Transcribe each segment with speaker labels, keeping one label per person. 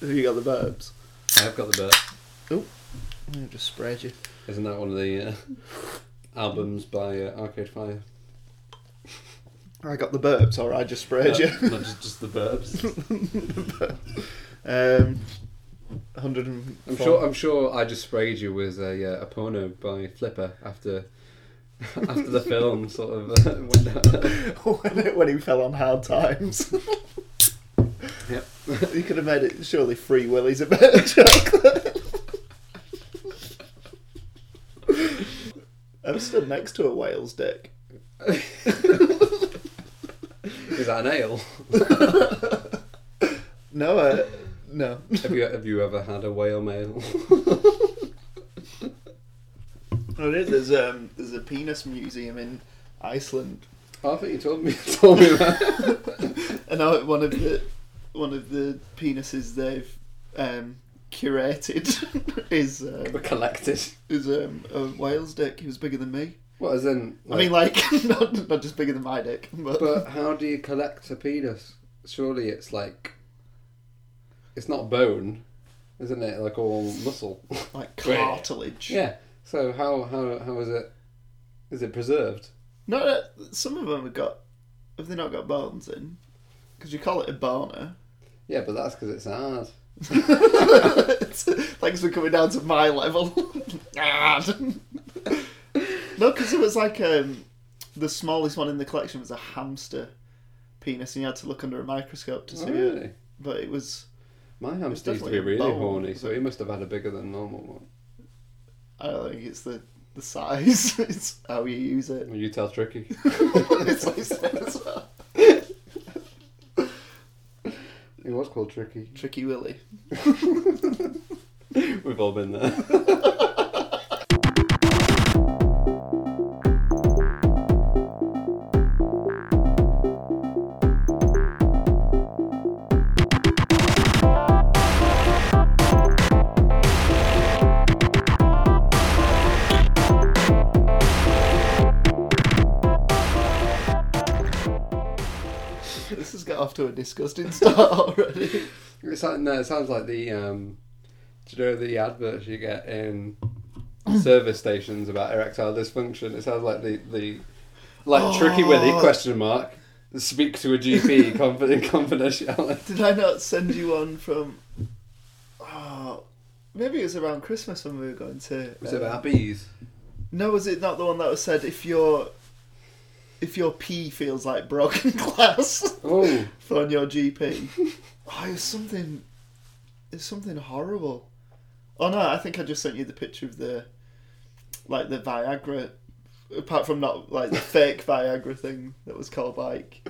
Speaker 1: Have you got the verbs?
Speaker 2: I have got the birth.
Speaker 1: I just sprayed you.
Speaker 2: Isn't that one of the uh, albums by uh, Arcade Fire?
Speaker 1: I got the burps, or I just sprayed you.
Speaker 2: No, Uh, not just, just the verbs.
Speaker 1: Um, 104.
Speaker 2: I'm sure. I'm sure. I just sprayed you with a, uh, a porno by Flipper after after the film sort of uh, went out.
Speaker 1: when, it- when he fell on hard times.
Speaker 2: Yep.
Speaker 1: you could have made it surely Free Willy's a better chocolate. I've stood next to a whale's dick.
Speaker 2: Is that an ale?
Speaker 1: No, uh, no.
Speaker 2: Have you have you ever had a whale male?
Speaker 1: Well, it is. There's, um, there's a penis museum in Iceland,
Speaker 2: I think you told me told me that.
Speaker 1: and I, one of the one of the penises they've um, curated is um,
Speaker 2: collected.
Speaker 1: is um, a whale's dick. He was bigger than me.
Speaker 2: What as in?
Speaker 1: I mean, like not, not just bigger than my dick, but,
Speaker 2: But how do you collect a penis? Surely it's like, it's not bone, isn't it? Like all muscle.
Speaker 1: like
Speaker 2: Wait.
Speaker 1: cartilage.
Speaker 2: yeah. So how how how is it? Is it preserved?
Speaker 1: No, uh, some of them have got. Have they not got bones in? Because you call it a boner.
Speaker 2: Yeah, but that's because it's hard.
Speaker 1: It's- Thanks for coming down to my level. Ah. no, because it was like um, the smallest one in the collection was a hamster penis, and you had to look under a microscope to see
Speaker 2: Oh,
Speaker 1: it.
Speaker 2: really?
Speaker 1: But it was.
Speaker 2: My hamster used to
Speaker 1: definitely
Speaker 2: be
Speaker 1: a
Speaker 2: really
Speaker 1: bone.
Speaker 2: horny, so he must have had a bigger than normal one.
Speaker 1: I don't think it's the the size. it's how you use it.
Speaker 2: Well, you tell Tricky.
Speaker 1: it's like that as well.
Speaker 2: He was called Tricky.
Speaker 1: Tricky Willy.
Speaker 2: We've all been there.
Speaker 1: This has got off to a disgusting start already.
Speaker 2: It sounds, no, it sounds like the um, do you know the adverts you get in service stations about erectile dysfunction? It sounds like the the like tricky willy
Speaker 1: Oh.
Speaker 2: question mark. Speak to a GP confident confidentiality.
Speaker 1: Did I not send you one from? Oh, maybe it was around Christmas when we were going to.
Speaker 2: Was it
Speaker 1: uh,
Speaker 2: about bees?
Speaker 1: No, was it not the one that was said if your if your pee feels like broken glass
Speaker 2: Oh,
Speaker 1: from your GP? oh, it's something. It's something horrible. Oh no, I think I just sent you the picture of the like the Viagra. Apart from not like the fake Viagra thing that was called like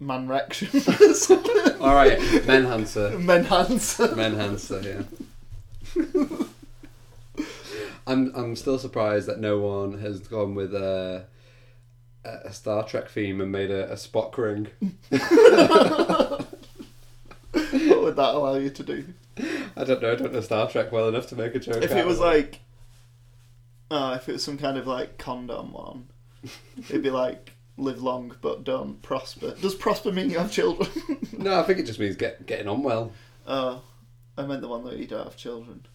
Speaker 1: Manrection or something.
Speaker 2: all right, Menhancer,
Speaker 1: Menhancer.
Speaker 2: Menhancer. Yeah. I'm I'm still surprised that no one has gone with a a Star Trek theme and made a, a Spock ring.
Speaker 1: What would that allow you to do?
Speaker 2: I don't know. I don't know Star Trek well enough to make a joke.
Speaker 1: If
Speaker 2: out
Speaker 1: it
Speaker 2: of
Speaker 1: was like, oh, if it was some kind of like condom one, it'd be like live long but don't prosper. Does prosper mean you have children?
Speaker 2: no, I think it just means get getting on well.
Speaker 1: oh, I meant the one that you don't have children.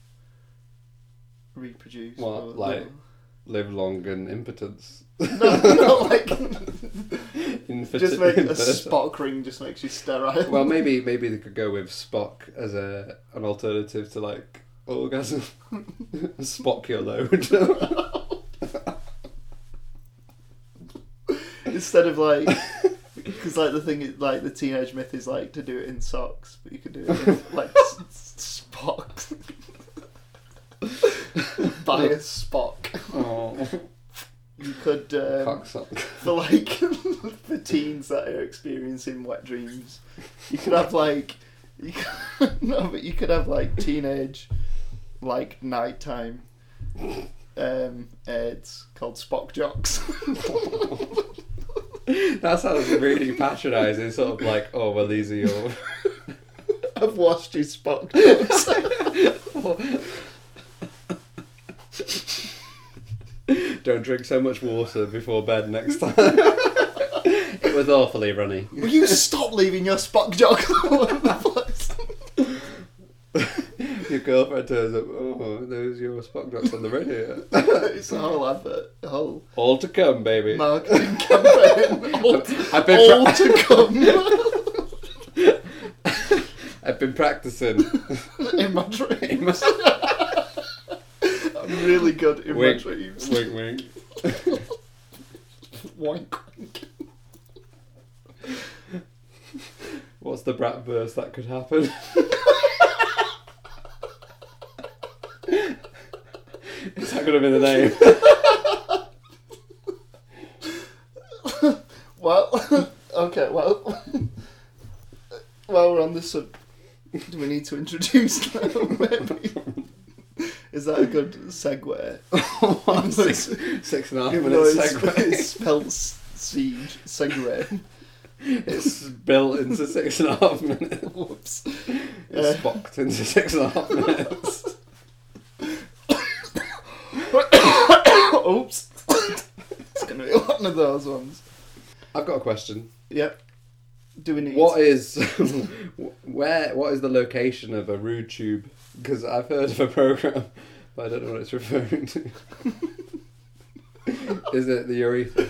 Speaker 1: Reproduce.
Speaker 2: What,
Speaker 1: or-
Speaker 2: like- Live long and impotence.
Speaker 1: No, not like
Speaker 2: Infati-
Speaker 1: just make a
Speaker 2: infertile.
Speaker 1: Spock ring just makes you sterile.
Speaker 2: Well, maybe maybe they could go with Spock as a an alternative to like orgasm. Spock your load.
Speaker 1: instead of like. Because like the thing, is, like the teenage myth is like to do it in socks, but you could do it with, like s- s- Spock. Buy a Spock.
Speaker 2: oh,
Speaker 1: You could um,
Speaker 2: cock sock.
Speaker 1: for like for teens that are experiencing wet dreams, you could have like you could, no, but you could have like teenage like nighttime um ads called Spock Jocks.
Speaker 2: That sounds really patronising. Sort of like, oh well, these are your.
Speaker 1: I've washed you Spock Jocks.
Speaker 2: Don't drink so much water before bed next time. it was awfully runny.
Speaker 1: Will you stop leaving your Spock Jock all over the place?
Speaker 2: Your girlfriend turns up. Oh, those are your Spock nuts on the radio.
Speaker 1: it's a whole advert, a whole
Speaker 2: All to come, baby.
Speaker 1: marketing campaign. all
Speaker 2: I've been
Speaker 1: all
Speaker 2: pra-
Speaker 1: to come
Speaker 2: I've been practicing.
Speaker 1: in my dreams.
Speaker 2: wink,
Speaker 1: I'm really good in my
Speaker 2: wink,
Speaker 1: dreams.
Speaker 2: wink.
Speaker 1: Wank, wank.
Speaker 2: What's the brat burst that could happen? Is that going to be the name?
Speaker 1: Well, okay, well, while we're on this, sub- do we need to introduce now? Maybe is that a good segue?
Speaker 2: One, six, six and a half
Speaker 1: Even though it's,
Speaker 2: minutes
Speaker 1: it's
Speaker 2: segue.
Speaker 1: spelled s- siege segue.
Speaker 2: It's built into six and a half minutes.
Speaker 1: Whoops.
Speaker 2: It's spocked into six and a half minutes.
Speaker 1: Oops. it's gonna be one of those ones.
Speaker 2: I've got a question.
Speaker 1: Yep. Do we need?
Speaker 2: What is where? What is the location of a rude tube? Because I've heard of a program, but I don't know what it's referring to. is it the urethra?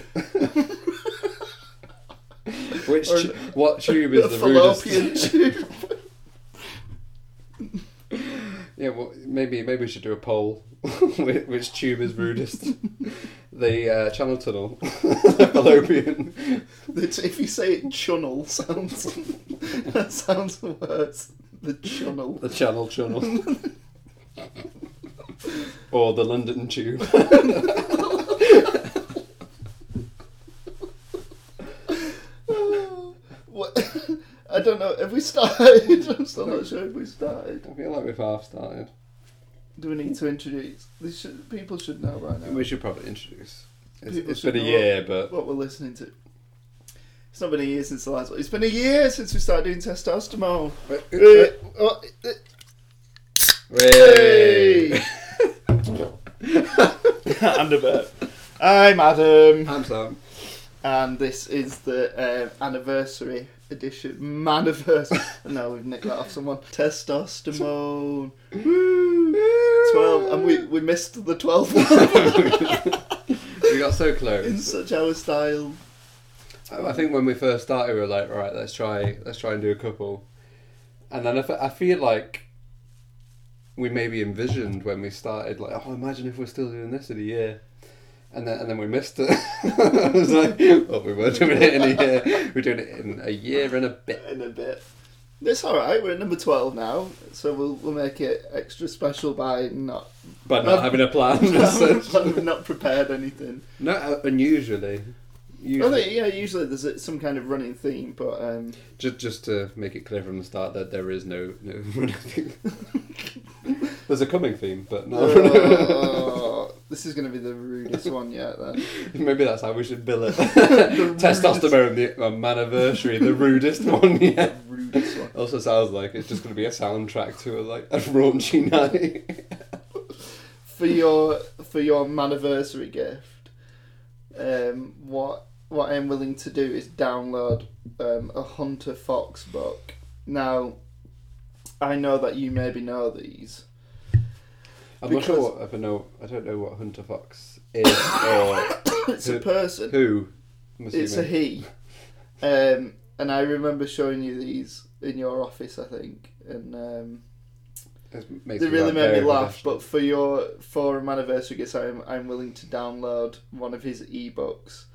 Speaker 2: Which
Speaker 1: Or
Speaker 2: tu- what tube
Speaker 1: the
Speaker 2: is the rudest?
Speaker 1: fallopian tube?
Speaker 2: Yeah, well, maybe maybe we should do a poll. Whi- Which tube is rudest? the uh, Channel Tunnel, the fallopian.
Speaker 1: It's- if you say it, chunnel sounds. that sounds worse. The chunnel.
Speaker 2: The Channel Tunnel. or the London Tube.
Speaker 1: What? I don't know. Have we started? I'm still not sure if we started.
Speaker 2: I feel like we've half started.
Speaker 1: Do we need to introduce? This should, people should know by now
Speaker 2: We should probably introduce. It's,
Speaker 1: People
Speaker 2: it's
Speaker 1: should
Speaker 2: been
Speaker 1: know.
Speaker 2: a year, but
Speaker 1: what we're listening to. It's not been a year since the last one. It's been a year since we started doing testosterone.
Speaker 2: Hey!
Speaker 1: Oh, eh, Hey! and a bit. I'm Adam,
Speaker 2: I'm Sam.
Speaker 1: and this is the uh, anniversary edition. Maniversary. no, we've nicked that off someone. Testosterone.
Speaker 2: Woo!
Speaker 1: Twelve, and we we missed the twelfth one
Speaker 2: we got so close.
Speaker 1: in such our style.
Speaker 2: I I think when we first started, we were like, right, let's try, let's try and do a couple. And then I, fe- I feel like we maybe envisioned when we started, like, oh, imagine if we're still doing this in a year. And then, and then we missed it. I was like, well, we weren't doing it in a year. We're doing it in a year and a bit.
Speaker 1: in a bit. It's all right. We're at number twelve now, so we'll we'll make it extra special by not
Speaker 2: But not having a plan. as such.
Speaker 1: we've not prepared anything.
Speaker 2: No, uh, unusually.
Speaker 1: I
Speaker 2: usually.
Speaker 1: think, yeah, usually there's a- some kind of running theme, but um,
Speaker 2: Just, just to make it clear from the start that there is no, no nothing. There's a coming theme, but no.
Speaker 1: oh, this is going to be the rudest one yet. Then
Speaker 2: Maybe that's how we should bill it. Testosterone, the uh, anniversary, the rudest one yet.
Speaker 1: the rudest one.
Speaker 2: Also sounds like it's just going to be a soundtrack to a, like a raunchy night.
Speaker 1: For your for your anniversary gift, um, what what I'm willing to do is download um, a Hunter Fox book. Now, I know that you maybe know these.
Speaker 2: I'm not sure what, if I know. I don't know what Hunter Fox is or
Speaker 1: It's a
Speaker 2: Who-
Speaker 1: person.
Speaker 2: who. I'm
Speaker 1: It's a
Speaker 2: assuming.
Speaker 1: he. Um, and I remember showing you these in your office, I think, and um,
Speaker 2: This makes
Speaker 1: they really
Speaker 2: sound
Speaker 1: made me
Speaker 2: very
Speaker 1: laugh.
Speaker 2: professional.
Speaker 1: But for your forum anniversary gift, I'm I'm willing to download one of his ebooks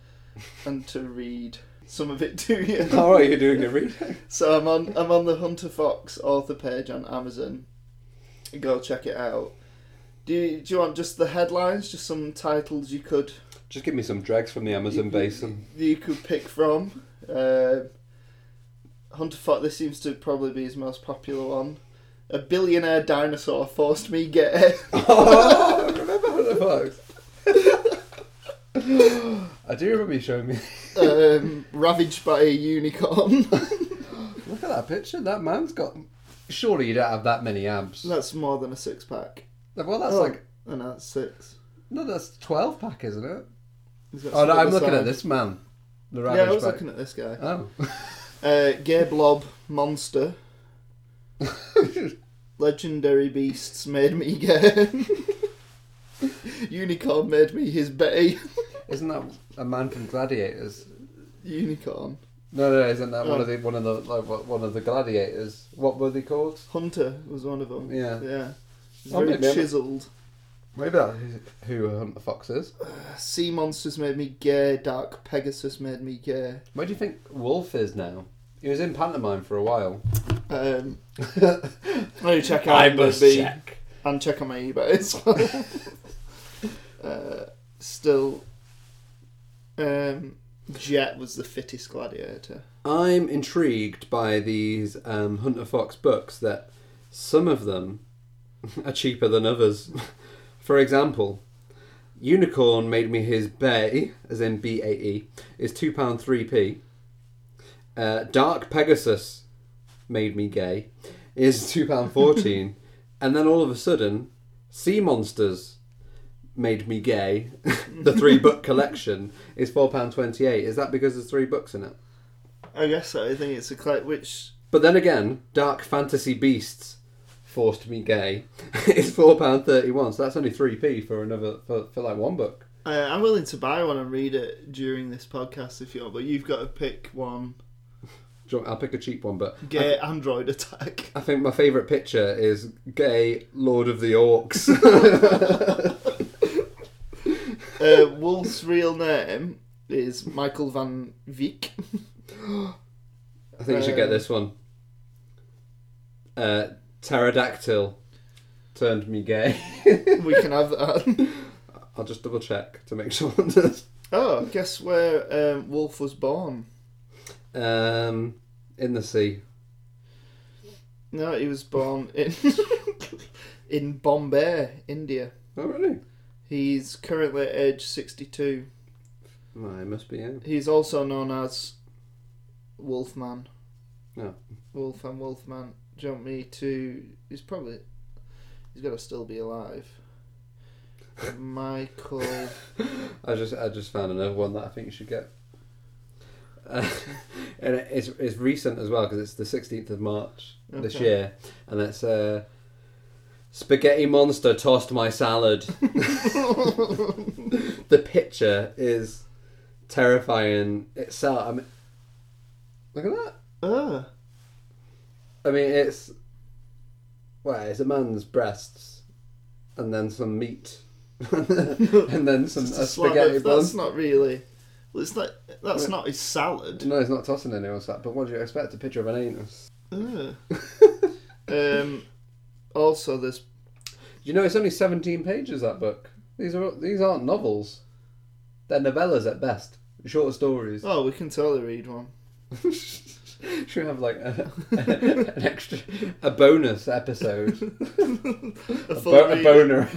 Speaker 1: and to read some of it to you.
Speaker 2: All right, you're doing a read.
Speaker 1: So I'm on I'm on the Hunter Fox author page on Amazon. Go check it out. Do you, do you want just the headlines, just some titles you could
Speaker 2: Just give me some dregs from the Amazon
Speaker 1: You-
Speaker 2: basin.
Speaker 1: you could pick from. Um Hunter Fox. This seems to probably be his most popular one. A billionaire dinosaur forced me gay.
Speaker 2: oh, I remember Hunter Fox. I do remember you showing me.
Speaker 1: um, ravaged by a unicorn.
Speaker 2: Look at that picture. That man's got. Surely you don't have that many abs.
Speaker 1: that's more than a six pack.
Speaker 2: Well, that's
Speaker 1: Oh,
Speaker 2: like
Speaker 1: and that's six.
Speaker 2: no, that's twelve pack, isn't it?
Speaker 1: He's got
Speaker 2: Oh, no,
Speaker 1: some
Speaker 2: I'm
Speaker 1: other
Speaker 2: looking
Speaker 1: side.
Speaker 2: at this man. The
Speaker 1: Yeah, I
Speaker 2: ravage
Speaker 1: was
Speaker 2: pack.
Speaker 1: looking at this guy.
Speaker 2: Oh,
Speaker 1: Uh, gay blob monster. Legendary beasts made me gay. Unicorn made me his bay.
Speaker 2: Isn't that a man from Gladiators?
Speaker 1: Unicorn.
Speaker 2: No, no, isn't that one
Speaker 1: Oh.
Speaker 2: of the one of the like, what- one of the gladiators? What were they called?
Speaker 1: Hunter was one of them.
Speaker 2: Yeah.
Speaker 1: Yeah. He's
Speaker 2: Oh,
Speaker 1: very
Speaker 2: maybe I'm-
Speaker 1: chiseled.
Speaker 2: Maybe that's who- who Hunt the Fox is.
Speaker 1: Uh, Sea monsters made me gay. Dark Pegasus made me gay.
Speaker 2: Where do you think Wolf is now? He was in pantomime for a while.
Speaker 1: Um, maybe check out. IMDb. and check on my eBay as well. uh, still, um, Jet was the fittest gladiator.
Speaker 2: I'm intrigued by these um, Hunter Fox books that some of them are cheaper than others. For example, Unicorn made me his bay, as in B A E, is £2.3p. Uh, Dark Pegasus made me gay is £2.14. and then all of a sudden, Sea Monsters made me gay, the three book collection, is £4.28. Is that because there's three books in it?
Speaker 1: I guess so. I think it's a cla which
Speaker 2: But then again, Dark Fantasy Beasts forced me gay is four pound thirty one, so that's only three p for another for, for like one book.
Speaker 1: uh, I'm willing to buy one and read it during this podcast if you want, but you've got to pick one
Speaker 2: Do you want- I'll pick a cheap one, but
Speaker 1: gay android attack.
Speaker 2: I think my favourite picture is gay Lord of the Orcs.
Speaker 1: Uh, Wolf's real name is Michael Van Vick.
Speaker 2: I think you should get
Speaker 1: Um,
Speaker 2: this one. Uh, pterodactyl turned me gay.
Speaker 1: we can have that.
Speaker 2: I'll just double check to make sure. it does.
Speaker 1: Oh, guess where um, Wolf was born?
Speaker 2: um, in the sea.
Speaker 1: No, he was born in in Bombay, India.
Speaker 2: Oh really?
Speaker 1: He's currently age 62.
Speaker 2: I must be out.
Speaker 1: He's also known as Wolfman.
Speaker 2: Oh.
Speaker 1: Wolf and Wolfman. Do you want me to. He's probably. He's got to still be alive. Michael.
Speaker 2: I just I just found another one that I think you should get. Uh, and it- it's it's recent as well because it's the sixteenth of March this
Speaker 1: Okay.
Speaker 2: year, and it's uh, spaghetti monster tossed my salad. the picture is terrifying itself. I mean, look at that.
Speaker 1: Ah,
Speaker 2: I mean, it's well, it's a man's breasts, and then some meat, and then some
Speaker 1: just
Speaker 2: a
Speaker 1: a slab
Speaker 2: spaghetti
Speaker 1: of,
Speaker 2: bun.
Speaker 1: that's not really. Well, it's not, that's not his salad.
Speaker 2: No, he's not tossing anyone's hat, but what do you expect? A picture of an anus.
Speaker 1: Ah. um, also, there's
Speaker 2: You know, it's only 17 pages, that book. These, are, these aren't novels. They're novellas at best. Short stories.
Speaker 1: Oh, we can totally read one.
Speaker 2: Should we have like a, an extra, a bonus episode?
Speaker 1: A
Speaker 2: A,
Speaker 1: full
Speaker 2: bo- a
Speaker 1: read.
Speaker 2: boner.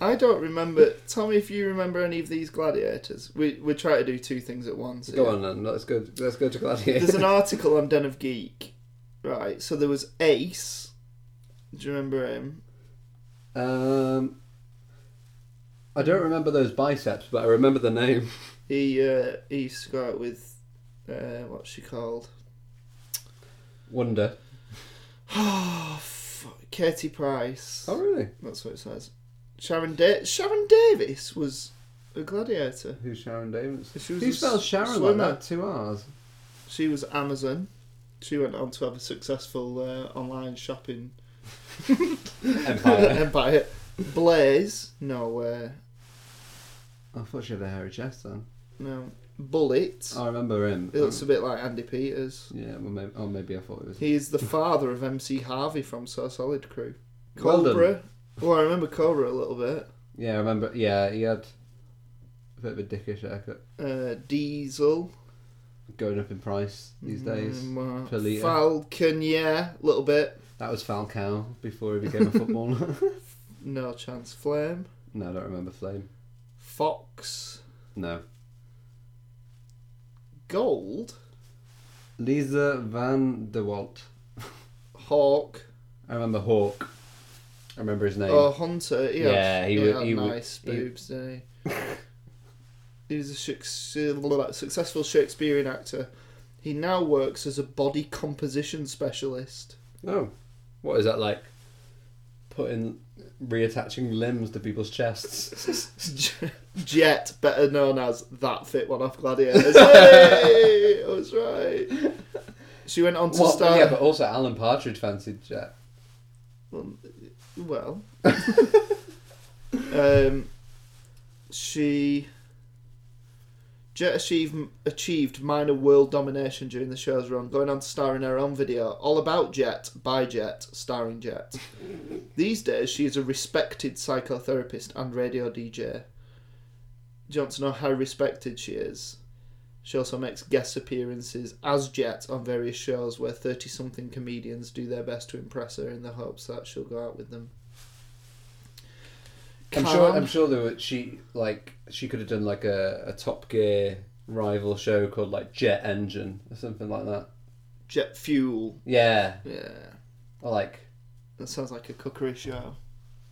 Speaker 1: I don't remember. Tell me if you remember any of these gladiators. We we try to do two things at once.
Speaker 2: Go
Speaker 1: here.
Speaker 2: on then, let's go, let's go to Gladiator.
Speaker 1: There's an article on Den of Geek, right? So there was Ace. Do you remember him?
Speaker 2: Um, I don't remember those biceps, but I remember the name.
Speaker 1: He uh, he used to go out with, uh, what's she called?
Speaker 2: Wonder.
Speaker 1: Oh, fuck. Katie Price.
Speaker 2: Oh, really?
Speaker 1: That's what it says. Sharon da- Sharon Davis was a gladiator.
Speaker 2: Who's Sharon Davis?
Speaker 1: She was
Speaker 2: Who
Speaker 1: a
Speaker 2: spells Sharon like
Speaker 1: swimmer.
Speaker 2: that? Two R's.
Speaker 1: She was Amazon. She went on to have a successful uh, online shopping
Speaker 2: Empire.
Speaker 1: empire. Blaze, no, uh,
Speaker 2: I thought she had a hairy chest then.
Speaker 1: no. Bullet.
Speaker 2: I remember him.
Speaker 1: He looks a bit like Andy Peters.
Speaker 2: yeah, well, maybe, oh, maybe I thought it was.
Speaker 1: He is the father of MC Harvey from So Solid Crew.
Speaker 2: Well done.
Speaker 1: Cobra. Well, I remember Cobra a little bit.
Speaker 2: Yeah, I remember. Yeah, he had a bit of a dickish haircut.
Speaker 1: Uh, Diesel.
Speaker 2: Going up in price these days.
Speaker 1: Mm, uh,
Speaker 2: per litre.
Speaker 1: Falcon, yeah, a little bit.
Speaker 2: That was Falcao before he became a footballer.
Speaker 1: No chance. Flame.
Speaker 2: no, I don't remember Flame.
Speaker 1: Fox.
Speaker 2: No.
Speaker 1: Gold.
Speaker 2: Lisa Van de Walt.
Speaker 1: Hawk.
Speaker 2: I remember Hawk. I remember his name.
Speaker 1: Oh, Hunter. He
Speaker 2: Yeah,
Speaker 1: had,
Speaker 2: he
Speaker 1: he,
Speaker 2: would-
Speaker 1: had
Speaker 2: he would-
Speaker 1: nice
Speaker 2: he-
Speaker 1: boobs, didn't he? he was a Shakes- successful Shakespearean actor. He now works as a body composition specialist.
Speaker 2: Oh, what is that like? Putting reattaching limbs to people's chests.
Speaker 1: Jet, better known as that fit one off Gladiators. hey, I was right. She went on to
Speaker 2: Well,
Speaker 1: start.
Speaker 2: yeah, but also Alan Partridge fancied uh, Jet.
Speaker 1: Well, um, she Jet achieved, achieved minor world domination during the show's run, going on to star in her own video, All About Jet, by Jet, starring Jet. These days, she is a respected psychotherapist and radio DJ. Do you want to know how respected she is? She also makes guest appearances as Jet on various shows where 30 something comedians do their best to impress her in the hopes that she'll go out with them.
Speaker 2: I'm sure.
Speaker 1: Calm.
Speaker 2: I'm sure there were she like she could have done like a, a Top Gear rival show called like Jet Engine or something like that.
Speaker 1: Jet Fuel.
Speaker 2: Yeah,
Speaker 1: Yeah.
Speaker 2: or like
Speaker 1: That sounds like a cookery show.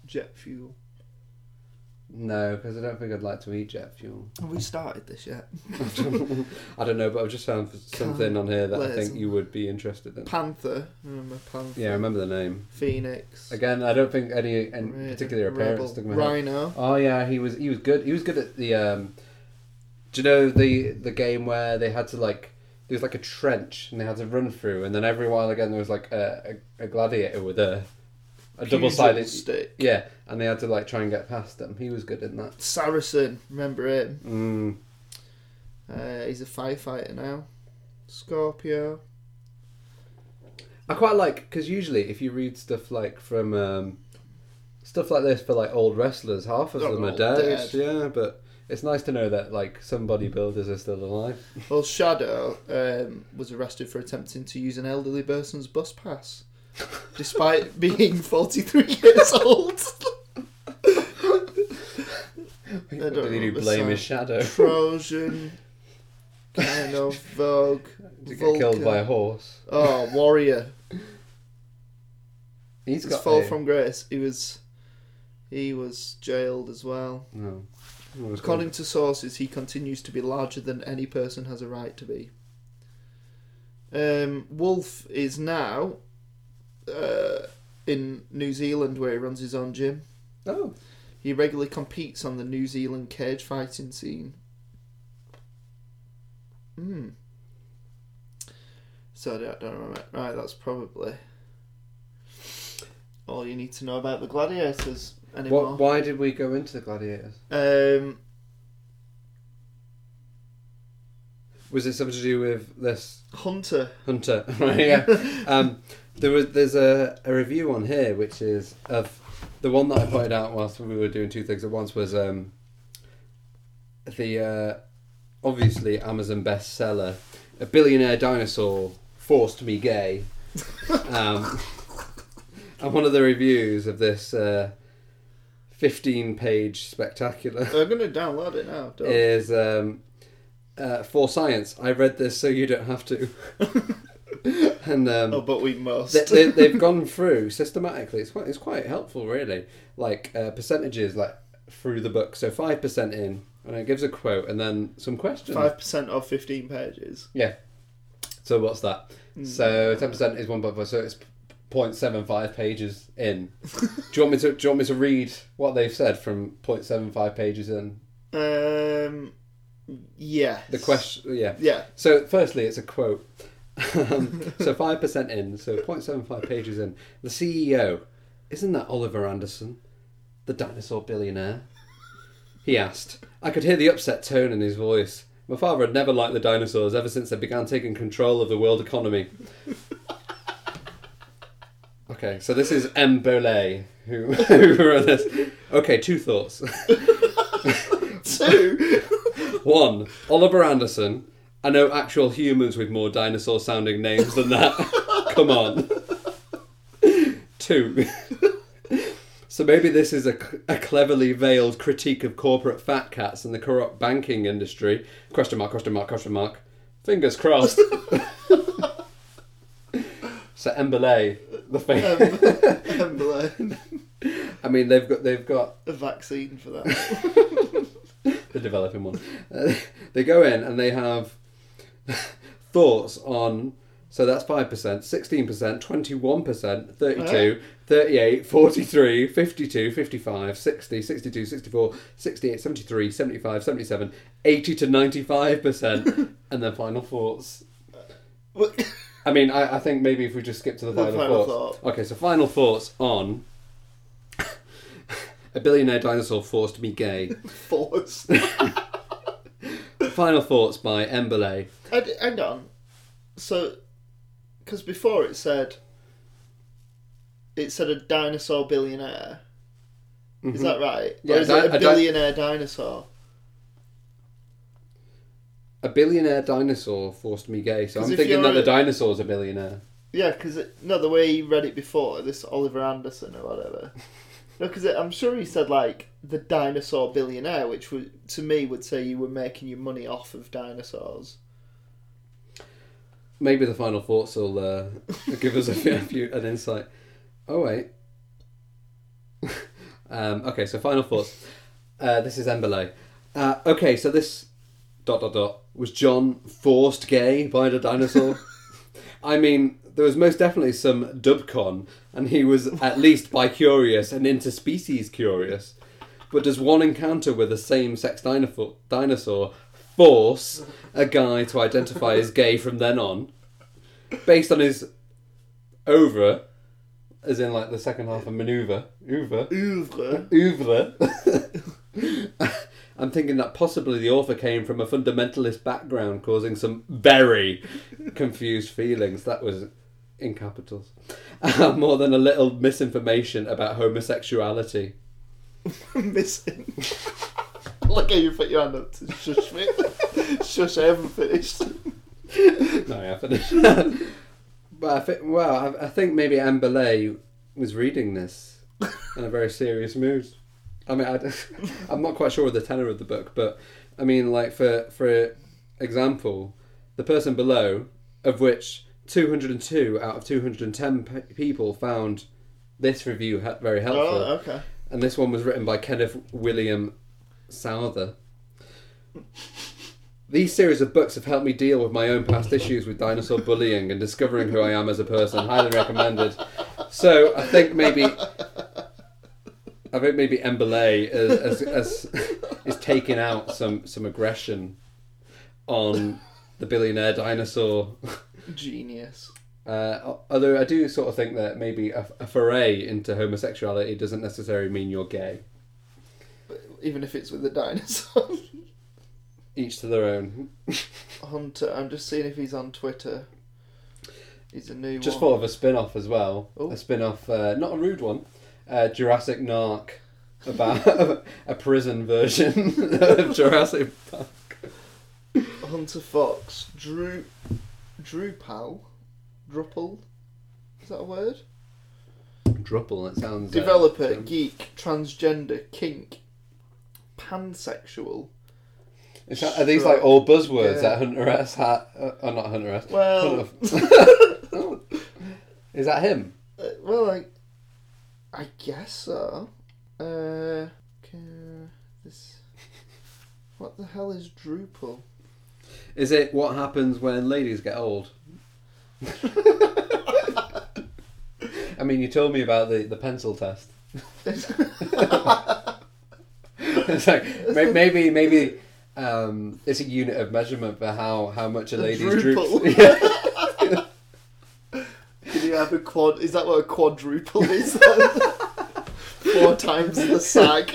Speaker 1: Jet Fuel.
Speaker 2: no, because I don't think I'd like to eat jet fuel.
Speaker 1: Have we started this yet?
Speaker 2: I don't know, but I've just found something on here that I think
Speaker 1: Listen.
Speaker 2: you would be interested in.
Speaker 1: Panther. Remember Panther?
Speaker 2: Yeah, I remember the name.
Speaker 1: Phoenix.
Speaker 2: Again, I don't think any in
Speaker 1: Ra-
Speaker 2: particular
Speaker 1: Rebel,
Speaker 2: appearance stuck in my head.
Speaker 1: Rhino.
Speaker 2: Oh yeah, he was he was good. He was good at the um do you know the the game where they had to like there was like a trench and they had to run through and then every while again there was like a, a, a gladiator with a a
Speaker 1: Pugil
Speaker 2: double sided
Speaker 1: stick.
Speaker 2: yeah and they had to like try and get past them. He was good in that.
Speaker 1: Saracen. Remember him?
Speaker 2: Mm.
Speaker 1: Uh, he's a firefighter now. Scorpio.
Speaker 2: I quite like because usually if you read stuff like from um, stuff like this for like old wrestlers, half of
Speaker 1: They're
Speaker 2: them are
Speaker 1: all
Speaker 2: dead. Yeah, but it's nice to know that like some bodybuilders are still alive.
Speaker 1: Well, Shadow um, was arrested for attempting to use an elderly person's bus pass, despite being 43 years old.
Speaker 2: What
Speaker 1: don't
Speaker 2: did he do?
Speaker 1: remember
Speaker 2: Blame his
Speaker 1: some-
Speaker 2: shadow
Speaker 1: Trojan. Kind of Vogue.
Speaker 2: to get killed
Speaker 1: Vulcan.
Speaker 2: by a horse.
Speaker 1: Oh, Warrior.
Speaker 2: He's
Speaker 1: His
Speaker 2: got
Speaker 1: fall
Speaker 2: a-
Speaker 1: from grace. He was, he was jailed as well.
Speaker 2: No. What was it called?
Speaker 1: According to sources, he continues to be larger than any person has a right to be. Um, Wolf is now uh, in New Zealand, where he runs his own gym.
Speaker 2: Oh,
Speaker 1: He regularly competes on the New Zealand cage fighting scene. Hmm. So I don't- I don't remember. Right, that's probably all you need to know about the gladiators anymore.
Speaker 2: what, why did we go into the gladiators?
Speaker 1: Um,
Speaker 2: Was it something to do with this
Speaker 1: Hunter.
Speaker 2: hunter? Right, yeah. um, there was there's a, a review on here which is of the one that I pointed out whilst we were doing two things at once was um, the uh, obviously Amazon bestseller, a billionaire dinosaur forced me gay. Um, and one of the reviews of this uh, 15 page spectacular
Speaker 1: I'm going to download it now. Don't
Speaker 2: is um, uh, for science. I read this so you don't have to. and um,
Speaker 1: Oh, but we must.
Speaker 2: they, they, they've gone through systematically. It's quite it's quite helpful, really. Like uh, percentages, like through the book. So five percent in, and it gives a quote, and then some questions.
Speaker 1: 5% of 15 pages.
Speaker 2: Yeah. So what's that? So ten percent is one point five. So it's 0.75 pages in. do you want me to? Do you want me to read what they've said from 0.75 pages in?
Speaker 1: Um, yeah.
Speaker 2: The question. Yeah.
Speaker 1: Yeah.
Speaker 2: So, firstly, it's a quote. Um, so, 5% in, so 0.75 pages in. The CEO, isn't that Oliver Anderson, the dinosaur billionaire? He asked. I could hear the upset tone in his voice. My father had never liked the dinosaurs ever since they began taking control of the world economy. Okay, so this is M. Bolet who, who wrote this. Okay, two thoughts.
Speaker 1: Two.
Speaker 2: One, Oliver Anderson. I know actual humans with more dinosaur sounding names than that. Come on. Two. so maybe this is a, a cleverly veiled critique of corporate fat cats and the corrupt banking industry. Question mark, question mark, question mark. Fingers crossed. so Embele, the fa-
Speaker 1: Um, like,
Speaker 2: I mean, they've got they've got
Speaker 1: a vaccine for that.
Speaker 2: the developing one. Uh, they go in and they have thoughts on So that's 5%, 16%, 21%, 32, 38, 43, 52, 55, 60, 62, 64, 68, 73, 75, 77, 80 to 95%. and then final thoughts.
Speaker 1: Well,
Speaker 2: I mean, I, I think maybe if we just skip to the
Speaker 1: The
Speaker 2: final,
Speaker 1: final
Speaker 2: thoughts. Okay, so final thoughts on a billionaire dinosaur forced me gay.
Speaker 1: forced.
Speaker 2: final thoughts by Embele.
Speaker 1: Hang hang on. So, because before it said, it said a dinosaur billionaire. Is that right?
Speaker 2: Mm-hmm. Yeah,
Speaker 1: or is
Speaker 2: di-
Speaker 1: it
Speaker 2: a di-
Speaker 1: a billionaire dinosaur?
Speaker 2: A billionaire dinosaur forced me gay. So
Speaker 1: 'Cause
Speaker 2: I'm
Speaker 1: if
Speaker 2: thinking that
Speaker 1: you're
Speaker 2: the
Speaker 1: a-
Speaker 2: dinosaur's a billionaire.
Speaker 1: Yeah, because no, the way he read it before, this Oliver Anderson or whatever. no, because I'm sure he said like the dinosaur billionaire, which would to me would say you were making your money off of dinosaurs.
Speaker 2: Maybe the final thoughts will uh, give us a few, a few an insight. Oh wait. um, okay, so final thoughts. Uh, this is Embele. Uh, okay, so this dot dot dot was John forced gay by the dinosaur. I mean, there was most definitely some dubcon, and he was at least bicurious and interspecies curious. But does one encounter with a same-sex dino- dinosaur force a guy to identify as gay from then on, based on his over, as in like the second half of maneuver, over,
Speaker 1: Ouvre.
Speaker 2: oeuvre. I'm thinking that possibly the author came from a fundamentalist background, causing some very confused feelings. That was in capitals. More than a little misinformation about homosexuality.
Speaker 1: missing. Look how you put your hand up to shush me. shush, I haven't finished.
Speaker 2: No, yeah, I finished. but I think, well, I, I think maybe Anne Boleyn was reading this in a very serious mood. I mean, I, am not quite sure of the tenor of the book, but I mean, like for for example, the person below, of which 202 out of 210 pe- people found this review he- very helpful.
Speaker 1: Oh, okay.
Speaker 2: And this one was written by Kenneth William Souther. These series of books have helped me deal with my own past issues with dinosaur bullying and discovering who I am as a person. Highly recommended. So I think maybe, I think maybe Embele is, is, is, is taking out some, some aggression on the billionaire dinosaur.
Speaker 1: Genius.
Speaker 2: Uh, although I do sort of think that maybe a, a foray into homosexuality doesn't necessarily mean you're gay.
Speaker 1: Even if it's with a dinosaur.
Speaker 2: Each to their own.
Speaker 1: Hunter, I'm just seeing if he's on Twitter. He's a new
Speaker 2: Just
Speaker 1: one.
Speaker 2: thought of a spin off as well.
Speaker 1: Oh.
Speaker 2: A spin off, uh, not a rude one, uh, Jurassic Narc, about a prison version of Jurassic Park.
Speaker 1: Hunter Fox. Drew. Drupal? Drupal? Is that a word?
Speaker 2: Druple, that sounds. uh,
Speaker 1: Developer,
Speaker 2: um,
Speaker 1: geek, transgender, kink, pansexual.
Speaker 2: is that- are these like all buzzwords
Speaker 1: Yeah.
Speaker 2: that Hunter S had? Uh, oh, not Hunter S.
Speaker 1: Well,
Speaker 2: Hunter- is that him?
Speaker 1: Uh, well, I, I guess so. Uh, can, this. What the hell is Drupal?
Speaker 2: Is it what happens when ladies get old? I mean, you told me about the, the pencil test. it's like may- maybe maybe um, it's a unit of measurement for how, how much a lady's droops.
Speaker 1: Drupal. Can you have a quad? Is that what a quadruple is? Four times the sag.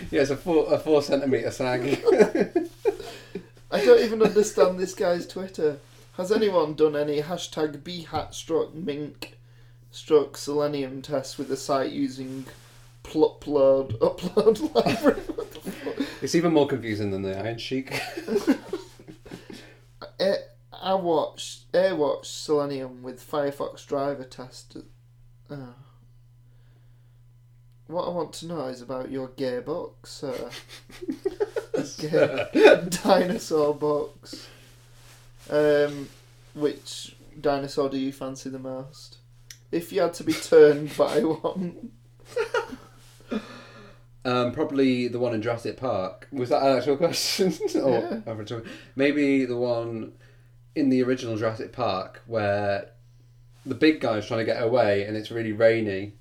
Speaker 2: yeah, it's a four a four centimeter sag.
Speaker 1: I don't even understand this guy's Twitter. Has anyone done any hashtag bhat stroke mink stroke selenium tests with the site using plupload upload library? What the fuck?
Speaker 2: it's even more confusing than the Iron Sheik.
Speaker 1: Air, Eh, I watched Airwatch Selenium with Firefox driver test. Oh. What I want to know is about your gay box, sir. gay dinosaur box. Um, which dinosaur do you fancy the most? If you had to be turned by one,
Speaker 2: Um, probably the one in Jurassic Park. Was that an actual question? or
Speaker 1: Yeah.
Speaker 2: average- Maybe the one in the original Jurassic Park where the big guy's trying to get away and it's really rainy,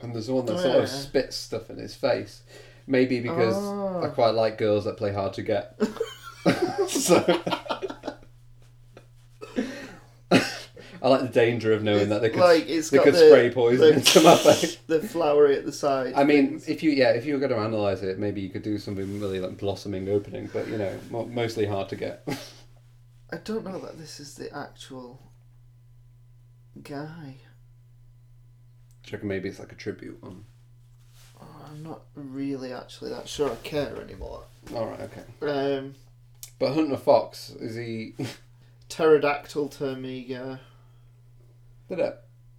Speaker 2: and there's one that
Speaker 1: Oh,
Speaker 2: sort
Speaker 1: yeah,
Speaker 2: of
Speaker 1: yeah.
Speaker 2: spits stuff in his face. Maybe because
Speaker 1: Ah.
Speaker 2: I quite like girls that play hard to get. so. I like the danger of knowing that they could,
Speaker 1: like it's
Speaker 2: they
Speaker 1: got
Speaker 2: could
Speaker 1: the,
Speaker 2: spray poison
Speaker 1: the,
Speaker 2: into my face.
Speaker 1: the flowery at the side.
Speaker 2: I mean, if you yeah, if you were going to analyze it, maybe you could do something really like blossoming opening, but you know, mo- mostly hard to get.
Speaker 1: I don't know that this is the actual guy.
Speaker 2: Check maybe it's like a tribute one.
Speaker 1: Oh, I'm not really actually that sure I care anymore.
Speaker 2: All right, okay.
Speaker 1: Um,
Speaker 2: But hunting a fox is he?
Speaker 1: pterodactyl termiga.
Speaker 2: Did it?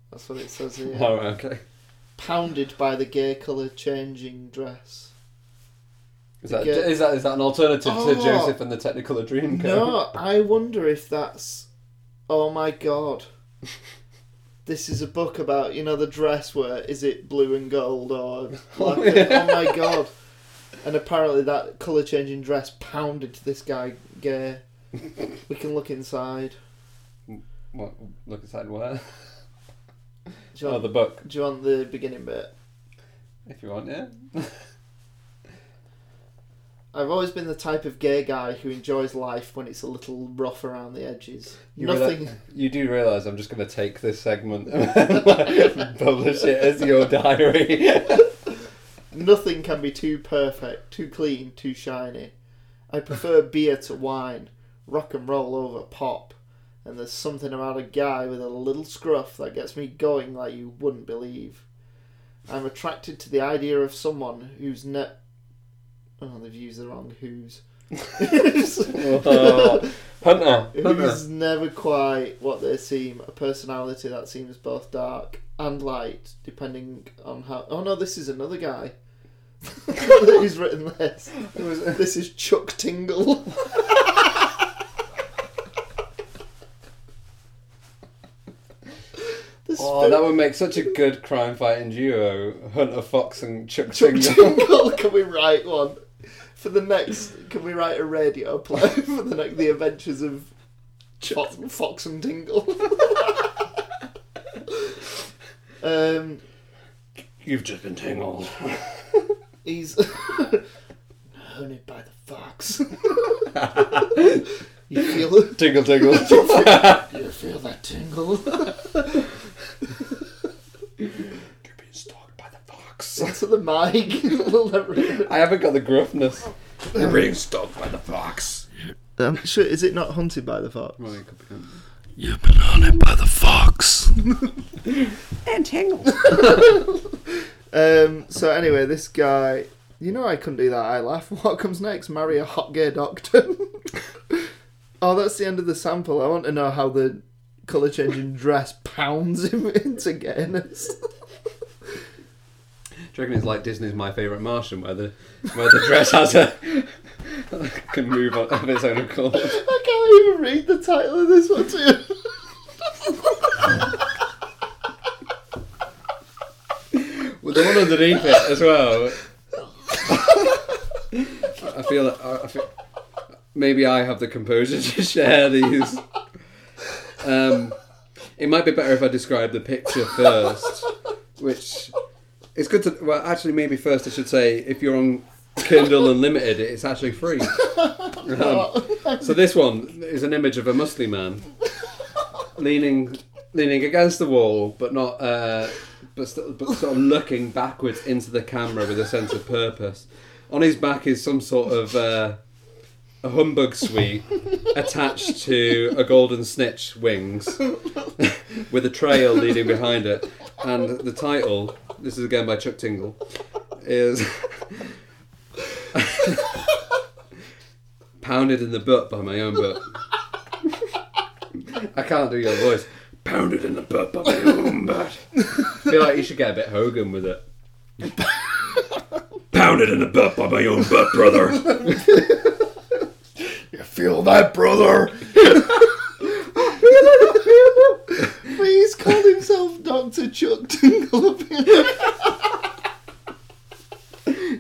Speaker 1: That's what it says here.
Speaker 2: All right, okay.
Speaker 1: Pounded by the gay colour changing dress.
Speaker 2: Is
Speaker 1: To
Speaker 2: that
Speaker 1: get-
Speaker 2: is that is that an alternative to
Speaker 1: Oh!
Speaker 2: Joseph and the Technicolor Dreamcoat?
Speaker 1: No, I wonder if that's. Oh my god. This is a book about you know the dress where is it blue and gold or black?
Speaker 2: Oh, yeah.
Speaker 1: oh my god! And apparently that color changing dress pounded this guy gay. We can look inside.
Speaker 2: What? Look inside where?
Speaker 1: Do you,
Speaker 2: Oh,
Speaker 1: want,
Speaker 2: the book.
Speaker 1: do you want the beginning bit?
Speaker 2: If you want, yeah.
Speaker 1: I've always been the type of gay guy who enjoys life when it's a little rough around the edges.
Speaker 2: You
Speaker 1: Nothing.
Speaker 2: reali- you do realise I'm just going to take this segment and publish it as your diary.
Speaker 1: Nothing can be too perfect, too clean, too shiny. I prefer beer to wine, rock and roll over pop, and there's something about a guy with a little scruff that gets me going like you wouldn't believe. I'm attracted to the idea of someone who's ne Oh, they've used the wrong who's.
Speaker 2: Oh, Hunter. Hunter.
Speaker 1: Who's never quite what they seem. A personality that seems both dark and light, depending on how. Oh no, this is another guy. Who's written this?
Speaker 2: It was,
Speaker 1: This is Chuck Tingle. this
Speaker 2: oh, that would make such a good crime fighting duo Hunter Fox and Chuck
Speaker 1: Chuck
Speaker 2: Tingle.
Speaker 1: Tingle. Can we write one for the next? Can we write a radio play for the next? The Adventures of Fox, Fox and Tingle. um,
Speaker 2: You've just been tingled.
Speaker 1: he's hunted by the fox. you feel
Speaker 2: Tingle, tingle.
Speaker 1: you feel that tingle.
Speaker 2: You're being stalked by the fox.
Speaker 1: Into the mic.
Speaker 2: I haven't got the gruffness. You're being stalked by the fox.
Speaker 1: um, sure, is it not hunted by the fox?
Speaker 2: Well, it could be.
Speaker 3: You've been hunted by the fox.
Speaker 2: And tingle.
Speaker 1: Um, so anyway, this guy, you know, I couldn't do that. I laugh. What comes next? Marry a hot gay doctor. oh, that's the end of the sample. I want to know how the color changing dress pounds him into gayness.
Speaker 2: Do you reckon it's like Disney's My Favorite Martian, where the where the dress has a can move on of its own accord?
Speaker 1: I can't even read the title of this one to you.
Speaker 2: Well, the one underneath it as well. I feel that I I feel maybe I have the composure to share these. Um, it might be better if I describe the picture first, which it's good to. Well, actually, maybe first I should say if you're on Kindle Unlimited, it's actually free. Um, so this one is an image of a muscly man leaning leaning against the wall, but not uh, but st- but sort of looking backwards into the camera with a sense of purpose. On his back is some sort of uh, a humbug suite attached to a golden snitch wings, with a trail leading behind it, and the title. This is again by Chuck Tingle. Is pounded in the butt by my own butt. I can't do your voice. Pounded in the butt by my own butt. feel like you should get a bit Hogan with it.
Speaker 3: Pounded in the butt by my own butt, brother. you feel that, brother?
Speaker 1: He's called himself Doctor Chuck Tingle.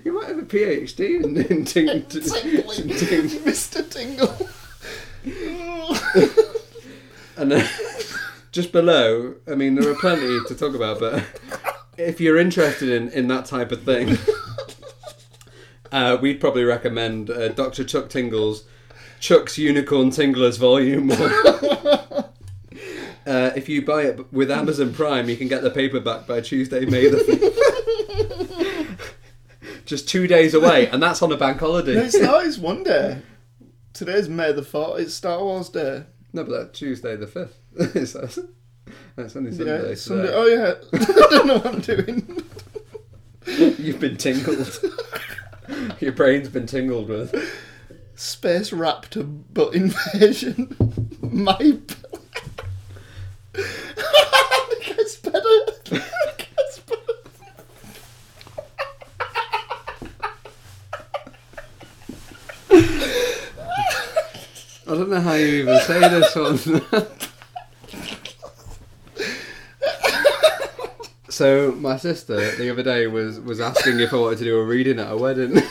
Speaker 2: You might have a PhD in, in ting, t-
Speaker 1: Tingle.
Speaker 2: ting-
Speaker 1: Mr. Tingle.
Speaker 2: just below, I mean, there are plenty to talk about, but if you're interested in, in that type of thing, uh, we'd probably recommend uh, Dr. Chuck Tingle's Chuck's Unicorn Tinglers Volume 1. Uh, if you buy it with Amazon Prime, you can get the paperback by Tuesday, May the 5th. Just two days away, and that's on a bank holiday.
Speaker 1: No, it's not. It's one day. Today's May the 4th. It's Star Wars Day.
Speaker 2: No, but that's Tuesday the 5th. It's- that's, that's only Sunday.
Speaker 1: Yeah,
Speaker 2: today.
Speaker 1: it's Sunday. Oh, yeah. I don't know what I'm doing.
Speaker 2: You've been tingled. Your brain's been tingled with.
Speaker 1: Space Raptor butt invasion. My. b- it gets better. It gets better.
Speaker 2: I don't know how you even say this one. so my sister the other day was was asking if I wanted to do a reading at a wedding.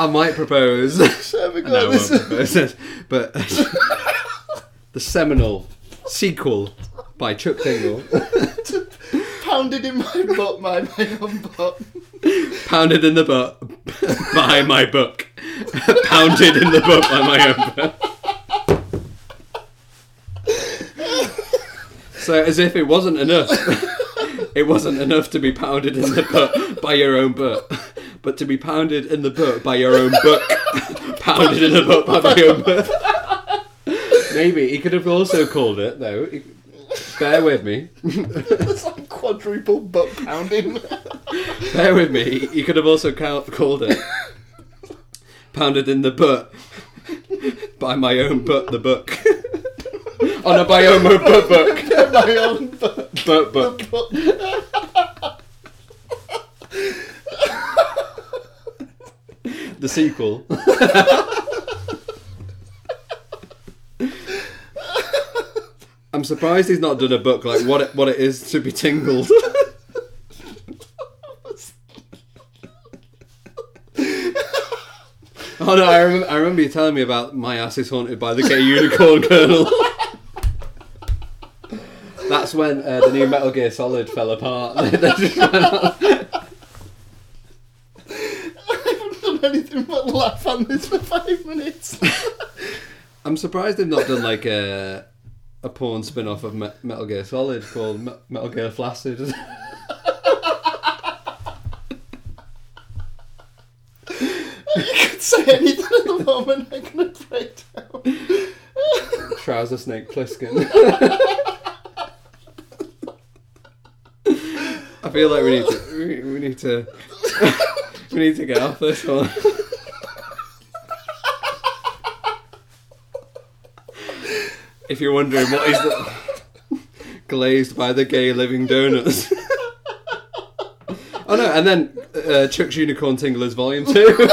Speaker 2: I might propose.
Speaker 1: There we go.
Speaker 2: No, I won't
Speaker 1: This is-
Speaker 2: propose this, but the seminal sequel by Chuck Tingle.
Speaker 1: pounded in my butt, my, my own butt.
Speaker 2: pounded in the butt by my book. pounded in the butt by my own book. so as if it wasn't enough. it wasn't enough to be pounded in the butt by your own butt. But to be pounded in the butt by your own book. pounded in the butt by my own book. Maybe he could have also called it though. He- Bear with me.
Speaker 1: It's like quadruple butt pounding.
Speaker 2: Bear with me. You could have also ca- called it "Pounded in the Butt" by my own butt, the book. On a by own butt book,
Speaker 1: my own butt.
Speaker 2: butt book.
Speaker 1: butt.
Speaker 2: The sequel. I'm surprised he's not done a book like what it, what it is to be tingled. oh no, I remember, I remember you telling me about my ass is haunted by the gay unicorn colonel. That's when uh, the new Metal Gear Solid fell apart. They just went on-
Speaker 1: I haven't done anything but laugh on this for five minutes.
Speaker 2: I'm surprised they've not done like a a porn spin off of Me- Metal Gear Solid called Me- Metal Gear Flaccid.
Speaker 1: I could say anything at the moment. I'm gonna break down.
Speaker 2: Trouser Snake Pliskin. I feel like we need to we, we need to we need to get off this one. If you're wondering what is the glazed by the gay living donuts. oh no, and then uh, Chuck's Unicorn Tinglers Volume Two.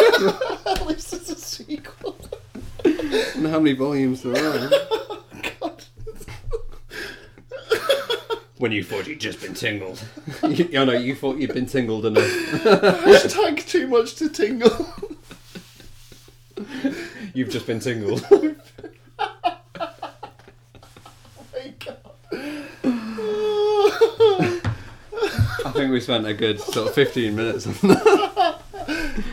Speaker 1: At least it's a sequel.
Speaker 2: I don't know how many volumes there are. When you thought you'd just been tingled. you, oh no, you thought you'd been tingled enough.
Speaker 1: Hashtag too much to tingle.
Speaker 2: You've just been tingled.
Speaker 1: Oh My God.
Speaker 2: I think we spent a good sort of 15 minutes on that.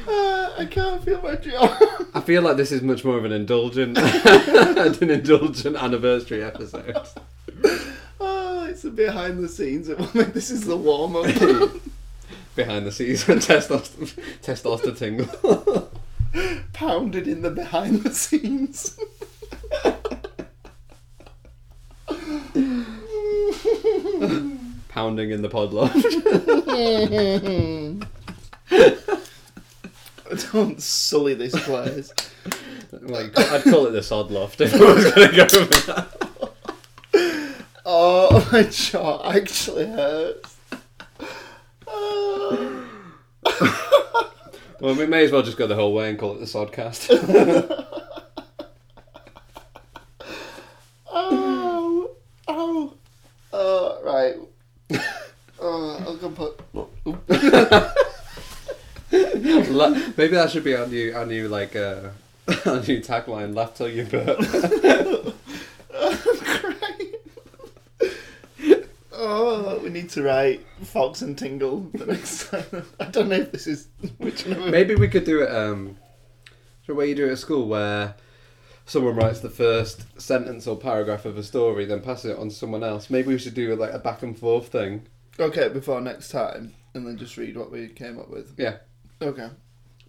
Speaker 1: Ah, I can't feel my jaw.
Speaker 2: I feel like this is much more of an indulgent, an indulgent anniversary episode.
Speaker 1: Oh, it's the behind the scenes. at one moment. This is the warm up.
Speaker 2: Behind the scenes, testosterone, testosterone tingle.
Speaker 1: Pounded in the behind the scenes.
Speaker 2: Pounding in the pod loft.
Speaker 1: Don't sully this place.
Speaker 2: Well, you'd ca- I'd call it the sod loft if I was going to go with that.
Speaker 1: Oh, my jaw actually hurts. Oh.
Speaker 2: Well, we may as well just go the whole way and call it the Sodcast.
Speaker 1: Ow. Ow. Uh, right. uh, I'll go put.
Speaker 2: La- Maybe that should be our new, our new like, uh, Our new tagline: "Laugh till you burp."
Speaker 1: Great. oh, we need to write Fox and Tingle the next time. I don't know if this is which one. of them-
Speaker 2: Maybe we could do it. Um, the way you do it at school, where someone writes the first sentence or paragraph of a story, then passes it on to someone else. Maybe we should do like a back and forth thing.
Speaker 1: Okay, before next time, and then just read what we came up with.
Speaker 2: Yeah,
Speaker 1: Okay.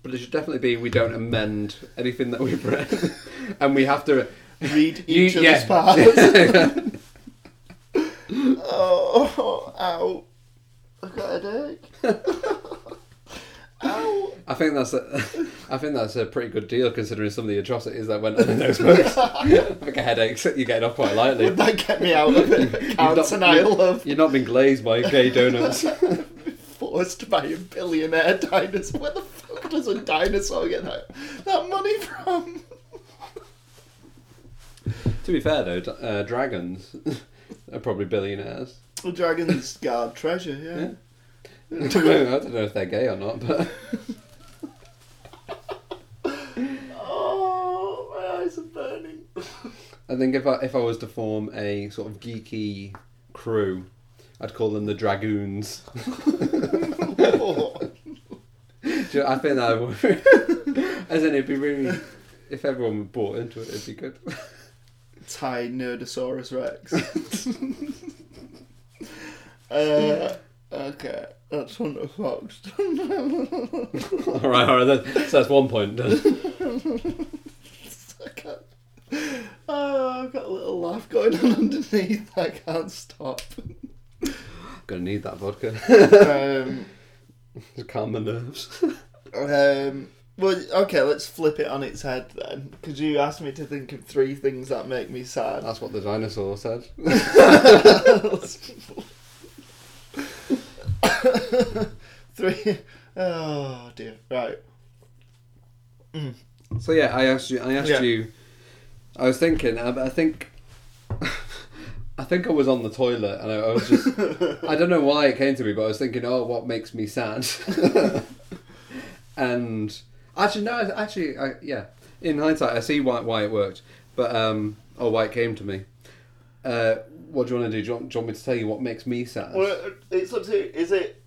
Speaker 2: but it should definitely be we don't amend anything that we've read, and we have to
Speaker 1: Read
Speaker 2: You-
Speaker 1: each
Speaker 2: yeah.
Speaker 1: other's parts. oh, ow. I've got a headache. ow.
Speaker 2: I think that's a, I think that's a pretty good deal considering some of the atrocities that went on in those books. I think a headache you get off quite lightly.
Speaker 1: Would that get me out of it?
Speaker 2: You've
Speaker 1: Counts and
Speaker 2: not-
Speaker 1: I love
Speaker 2: You've not been glazed by gay donuts.
Speaker 1: forced by a billionaire dinosaur. Where the fuck does a dinosaur get that, that money from?
Speaker 2: to be fair though, d- uh, dragons are probably billionaires.
Speaker 1: Well, dragons guard treasure, yeah.
Speaker 2: I don't know if they're gay or not, but
Speaker 1: Oh, my eyes are burning.
Speaker 2: I think if I if I was to form a sort of geeky crew, I'd call them the dragoons.
Speaker 1: Oh.
Speaker 2: Do you- I think that would. As in, it'd be really. If everyone were bought into it, it'd be good.
Speaker 1: Thai Nerdosaurus Rex. uh, okay, that's one of Fox.
Speaker 2: all right, all right. That, so that's one point. done.
Speaker 1: I can't. Oh, I've got a little laugh going on underneath. I can't stop.
Speaker 2: Gonna need that vodka.
Speaker 1: Um,
Speaker 2: Just calm the nerves.
Speaker 1: um, well, okay, let's flip it on its head then. Because you asked me to think of three things that make me sad.
Speaker 2: That's what the dinosaur said.
Speaker 1: Three. Oh, dear. Right.
Speaker 2: So yeah, I asked you. I asked
Speaker 1: Yeah.
Speaker 2: you. I was thinking. I, I think. I think I was on the toilet and I, I was just. I don't know why it came to me, but I was thinking, oh, what makes me sad? and actually, no. I- Actually, I, yeah. In hindsight, I see why why it worked, but um, or why it came to me. Uh, what do you want to do? Do you want, do you want me to tell you what makes me sad?
Speaker 1: Well, it's up to is it.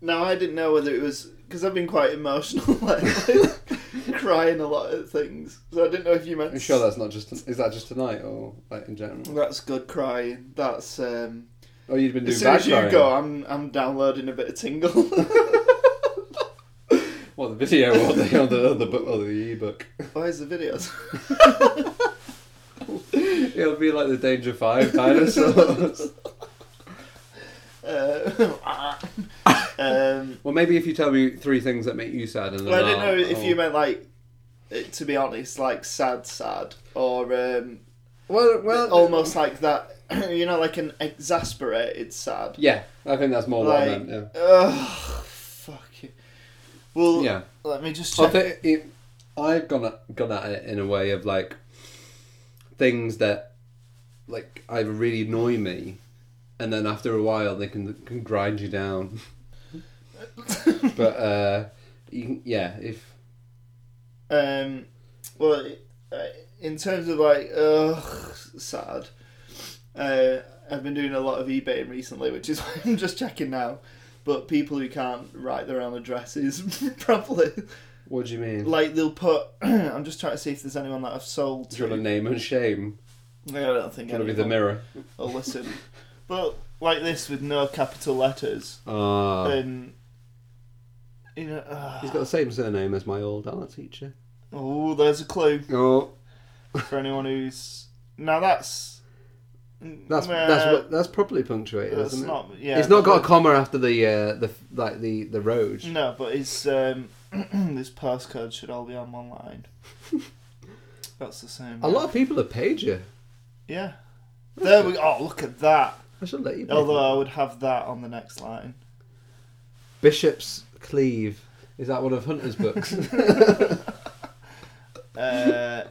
Speaker 1: Now I didn't know whether it was because I've been quite emotional, like, crying a lot at things. So I didn't know if you meant.
Speaker 2: I'm sure that's not just. Is that just tonight or like in general?
Speaker 1: That's good crying. That's um.
Speaker 2: Oh, you've been doing
Speaker 1: As soon
Speaker 2: bad
Speaker 1: as you
Speaker 2: crying.
Speaker 1: go, I'm I'm downloading a bit of Tingle.
Speaker 2: What the video or the or the, or the book or the ebook?
Speaker 1: Where's the videos?
Speaker 2: It'll be like the Danger Five dinosaurs.
Speaker 1: Uh, um,
Speaker 2: well, maybe if you tell me three things that make you sad, and then
Speaker 1: well, I didn't
Speaker 2: I'll-
Speaker 1: know if
Speaker 2: I'll-
Speaker 1: you meant like, it- to be honest, like sad, sad, or um,
Speaker 2: Well, well,
Speaker 1: almost like that. You know, like an exasperated sad.
Speaker 2: Yeah, I think that's more what I
Speaker 1: like,
Speaker 2: meant. Yeah.
Speaker 1: ugh, fuck you. Well,
Speaker 2: Yeah.
Speaker 1: let me just
Speaker 2: I
Speaker 1: check.
Speaker 2: think it, I've gone at, gone at it in a way of like things that like either really annoy me, and then after a while they can can grind you down. but uh, you, can- yeah, if
Speaker 1: Um, well, uh, in terms of like, ugh, sad. Uh, I've been doing a lot of eBaying recently, which is why I'm just checking now. But people who can't write their own addresses properly,
Speaker 2: what do you mean?
Speaker 1: like they'll put. I'm just trying to see if there's anyone that I've sold
Speaker 2: do you
Speaker 1: to.
Speaker 2: want to name and shame?
Speaker 1: I don't think
Speaker 2: Do you want to be the
Speaker 1: anyone
Speaker 2: mirror?
Speaker 1: will listen. But like this with no capital letters,
Speaker 2: Ah.
Speaker 1: and you know. ah. ugh.
Speaker 2: He's got the same surname as my old art teacher.
Speaker 1: Oh, there's a clue
Speaker 2: Oh,
Speaker 1: for anyone who's now that's
Speaker 2: that's
Speaker 1: Well,
Speaker 2: that's what that's properly punctuated,
Speaker 1: that's
Speaker 2: isn't it?
Speaker 1: not yeah.
Speaker 2: it's not got a
Speaker 1: but- Mm.
Speaker 2: comma after the uh, the like the the road.
Speaker 1: no, but it's um, this postcode should all be on one line. that's the same.
Speaker 2: A lot of people have paid you.
Speaker 1: Yeah. There we Oh, look at that.
Speaker 2: I should let you. pay them.
Speaker 1: Although I would have that on the next line.
Speaker 2: Bishop's Cleave is that one of Hunter's books?
Speaker 1: Uh,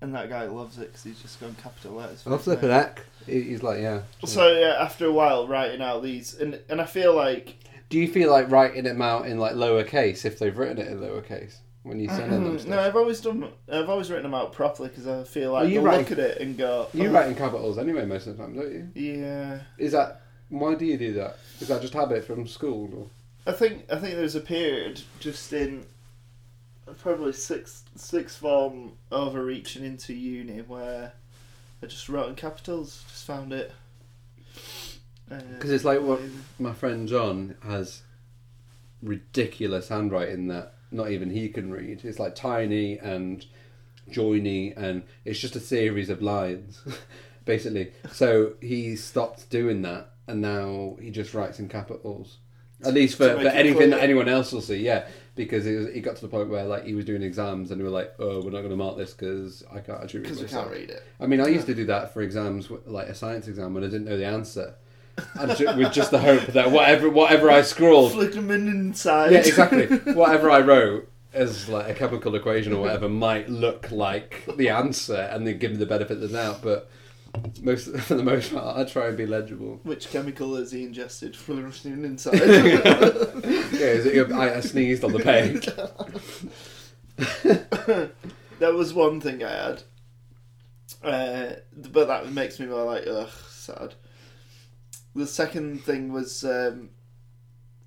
Speaker 1: and that guy loves it because he's just going capital letters. for
Speaker 2: I'll
Speaker 1: his
Speaker 2: flip
Speaker 1: name.
Speaker 2: an heck. He- He's like, yeah.
Speaker 1: So yeah, after a while writing out these, and and I feel like
Speaker 2: Do you feel like writing them out in like lowercase if they've written it in lowercase? when you send them
Speaker 1: mm, no,
Speaker 2: stuff?
Speaker 1: I've always done. I've always written them out properly because I feel like
Speaker 2: Well, you
Speaker 1: you
Speaker 2: write-
Speaker 1: look at it and go.
Speaker 2: You
Speaker 1: "Oh,
Speaker 2: write in capitals anyway most of the time, don't you?
Speaker 1: Yeah,
Speaker 2: Is that why do you do that? Is that just habit from school? Or?
Speaker 1: I think I think there's a period just in probably sixth sixth form overreaching into uni where I just wrote in capitals. Just found it. uh,
Speaker 2: 'Cause it's like what- My friend John has ridiculous handwriting that not even he can read. It's like tiny and joiny, and it's just a series of lines, basically. So he stopped doing that, and now he just writes in capitals. At least for,
Speaker 1: To
Speaker 2: for
Speaker 1: make it
Speaker 2: anything that
Speaker 1: clear.
Speaker 2: anyone else will see, yeah. Because it, was, it got to the point where like he was doing exams, and we were like, "Oh, we're not going to mark this because I can't actually read
Speaker 1: Because we
Speaker 2: myself."
Speaker 1: can't read it.
Speaker 2: I mean, I used to do that for exams, w- like a science exam, when I didn't know the answer, and ju- with just the hope that whatever whatever I scrawled,
Speaker 1: Flick them in inside.
Speaker 2: yeah, exactly, whatever I wrote as like a chemical equation or whatever might look like the answer, and then give me the benefit of the doubt. But most for the most part, I try and be legible.
Speaker 1: Which chemical has he ingested? Flick them in inside.
Speaker 2: Yeah, is it, I, I sneezed on the page.
Speaker 1: That was one thing I had. Uh, but that makes me more like, ugh, sad. The second thing was um,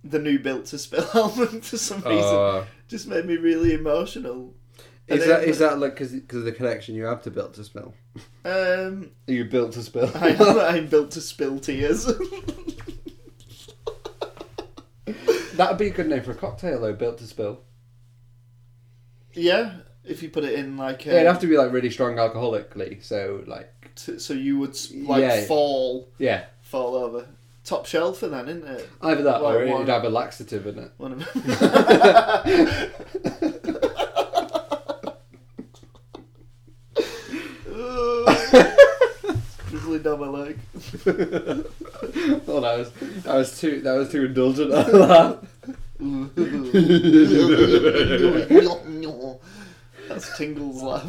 Speaker 1: the new Built to Spill album for some reason.
Speaker 2: Uh,
Speaker 1: Just made me really emotional.
Speaker 2: is
Speaker 1: And
Speaker 2: that
Speaker 1: then-
Speaker 2: is that like because of the connection you have to built to spill?
Speaker 1: Um,
Speaker 2: Are you built to spill?
Speaker 1: I am, I'm built to spill tears.
Speaker 2: That'd be a good name for a cocktail though. Built to spill.
Speaker 1: yeah, if you put it in like a,
Speaker 2: Yeah, it'd have to be like really strong alcoholically. So like,
Speaker 1: t- so you would s- like
Speaker 2: Yeah.
Speaker 1: fall
Speaker 2: yeah,
Speaker 1: fall over. Top shelf in then, isn't it?
Speaker 2: either that or
Speaker 1: Like
Speaker 2: it'd
Speaker 1: one.
Speaker 2: have a laxative in it.
Speaker 1: One of Drizzling down my leg.
Speaker 2: oh, that was that was too that was too indulgent. I laugh.
Speaker 1: That's Tingle's laugh.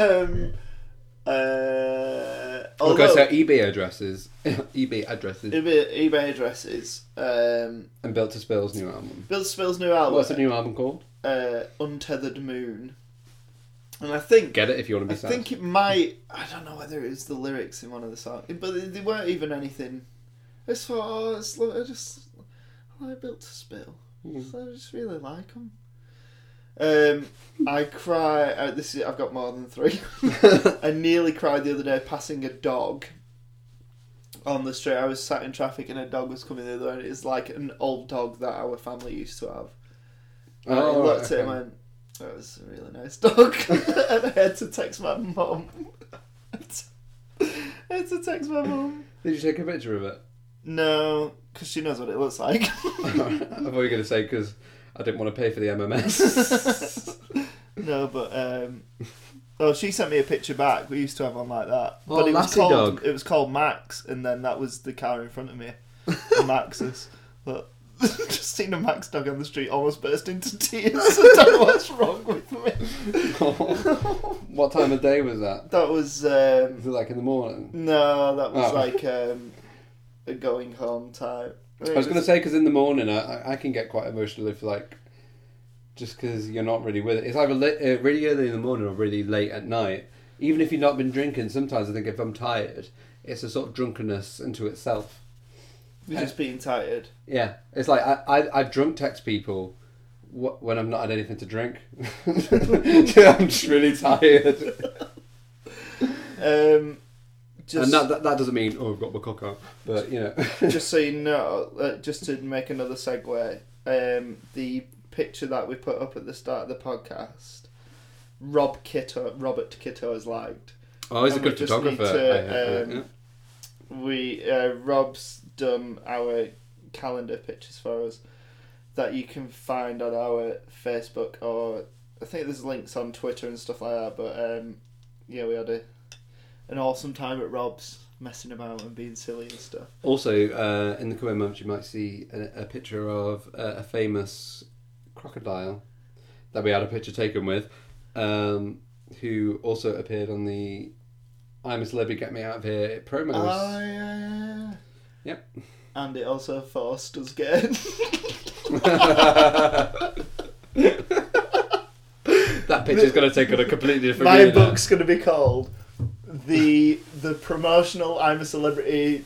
Speaker 1: um, uh,
Speaker 2: Okay, so
Speaker 1: although
Speaker 2: eBay addresses, eBay addresses,
Speaker 1: eBay, eBay addresses. Um,
Speaker 2: and Built to Spill's new album.
Speaker 1: Bill Spill's new album,
Speaker 2: What's the new album called?
Speaker 1: uh, Untethered Moon, and I think
Speaker 2: Get it if you want to
Speaker 1: I
Speaker 2: be sad.
Speaker 1: think it might. I don't know whether it was the lyrics in one of the songs, but they, they weren't even anything. It's for oh, it's lo- I just I like built to spill. So I just really like them. Um, I cry. Uh, this is I've got more than three. I nearly cried the other day passing a dog on the street. I was sat in traffic and a dog was coming the other way. and It's like an old dog that our family used to have. And I
Speaker 2: Oh,
Speaker 1: looked Uh, at him
Speaker 2: okay.
Speaker 1: and that was a really nice dog. and I had to text my mum. I had to text my mum.
Speaker 2: Did you take a picture of it?
Speaker 1: No, because she knows what it looks like.
Speaker 2: I thought you were going to say because I didn't want to pay for the MMS.
Speaker 1: no, but um, oh, she sent me a picture back. We used to have one like that,
Speaker 2: Oh,
Speaker 1: but it was
Speaker 2: Lassie
Speaker 1: called
Speaker 2: dog.
Speaker 1: it was called Max, and then that was the car in front of me, Max's. But just seen a Max dog on the street, almost burst into tears. I don't know what's wrong with me.
Speaker 2: what time of day was that?
Speaker 1: That was um,
Speaker 2: Was it like in the morning?
Speaker 1: No, that was
Speaker 2: Oh.
Speaker 1: like um, a going home type.
Speaker 2: I was going to say because in the morning I, I- I can get quite emotional if like just because you're not really with it. It's either late, uh, really early in the morning or really late at night. Even if you've not been drinking, sometimes I think if I'm tired, it's a sort of drunkenness into itself.
Speaker 1: you're just being tired.
Speaker 2: Yeah, it's like I I, I drunk text people wh- when I'm not had anything to drink. I'm just really tired,
Speaker 1: Um, just,
Speaker 2: and that, that that doesn't mean oh I've got my cock out, but you know
Speaker 1: just so you know, uh, just to make another segue, um, the picture that we put up at the start of the podcast, Rob Kitto, Robert Kitto has liked.
Speaker 2: oh he's a
Speaker 1: And we
Speaker 2: good
Speaker 1: just need
Speaker 2: photographer.
Speaker 1: to,
Speaker 2: I- I-
Speaker 1: um, We uh, Rob's done our calendar pictures for us that you can find on our Facebook or I think there's links on Twitter and stuff like that. But um, yeah, we had a an awesome time at Rob's messing about and being silly and stuff.
Speaker 2: Also, uh, in the coming months, you might see a, a picture of uh, a famous crocodile that we had a picture taken with, um, who also appeared on the "I'm a Celebrity, Get Me Out of Here" promos.
Speaker 1: Oh, Ah, yeah, yeah, yeah.
Speaker 2: Yep.
Speaker 1: And it also forced us getting
Speaker 2: That pitch is going to take on a completely different
Speaker 1: My
Speaker 2: arena.
Speaker 1: book's going to be called the the promotional I'm a celebrity.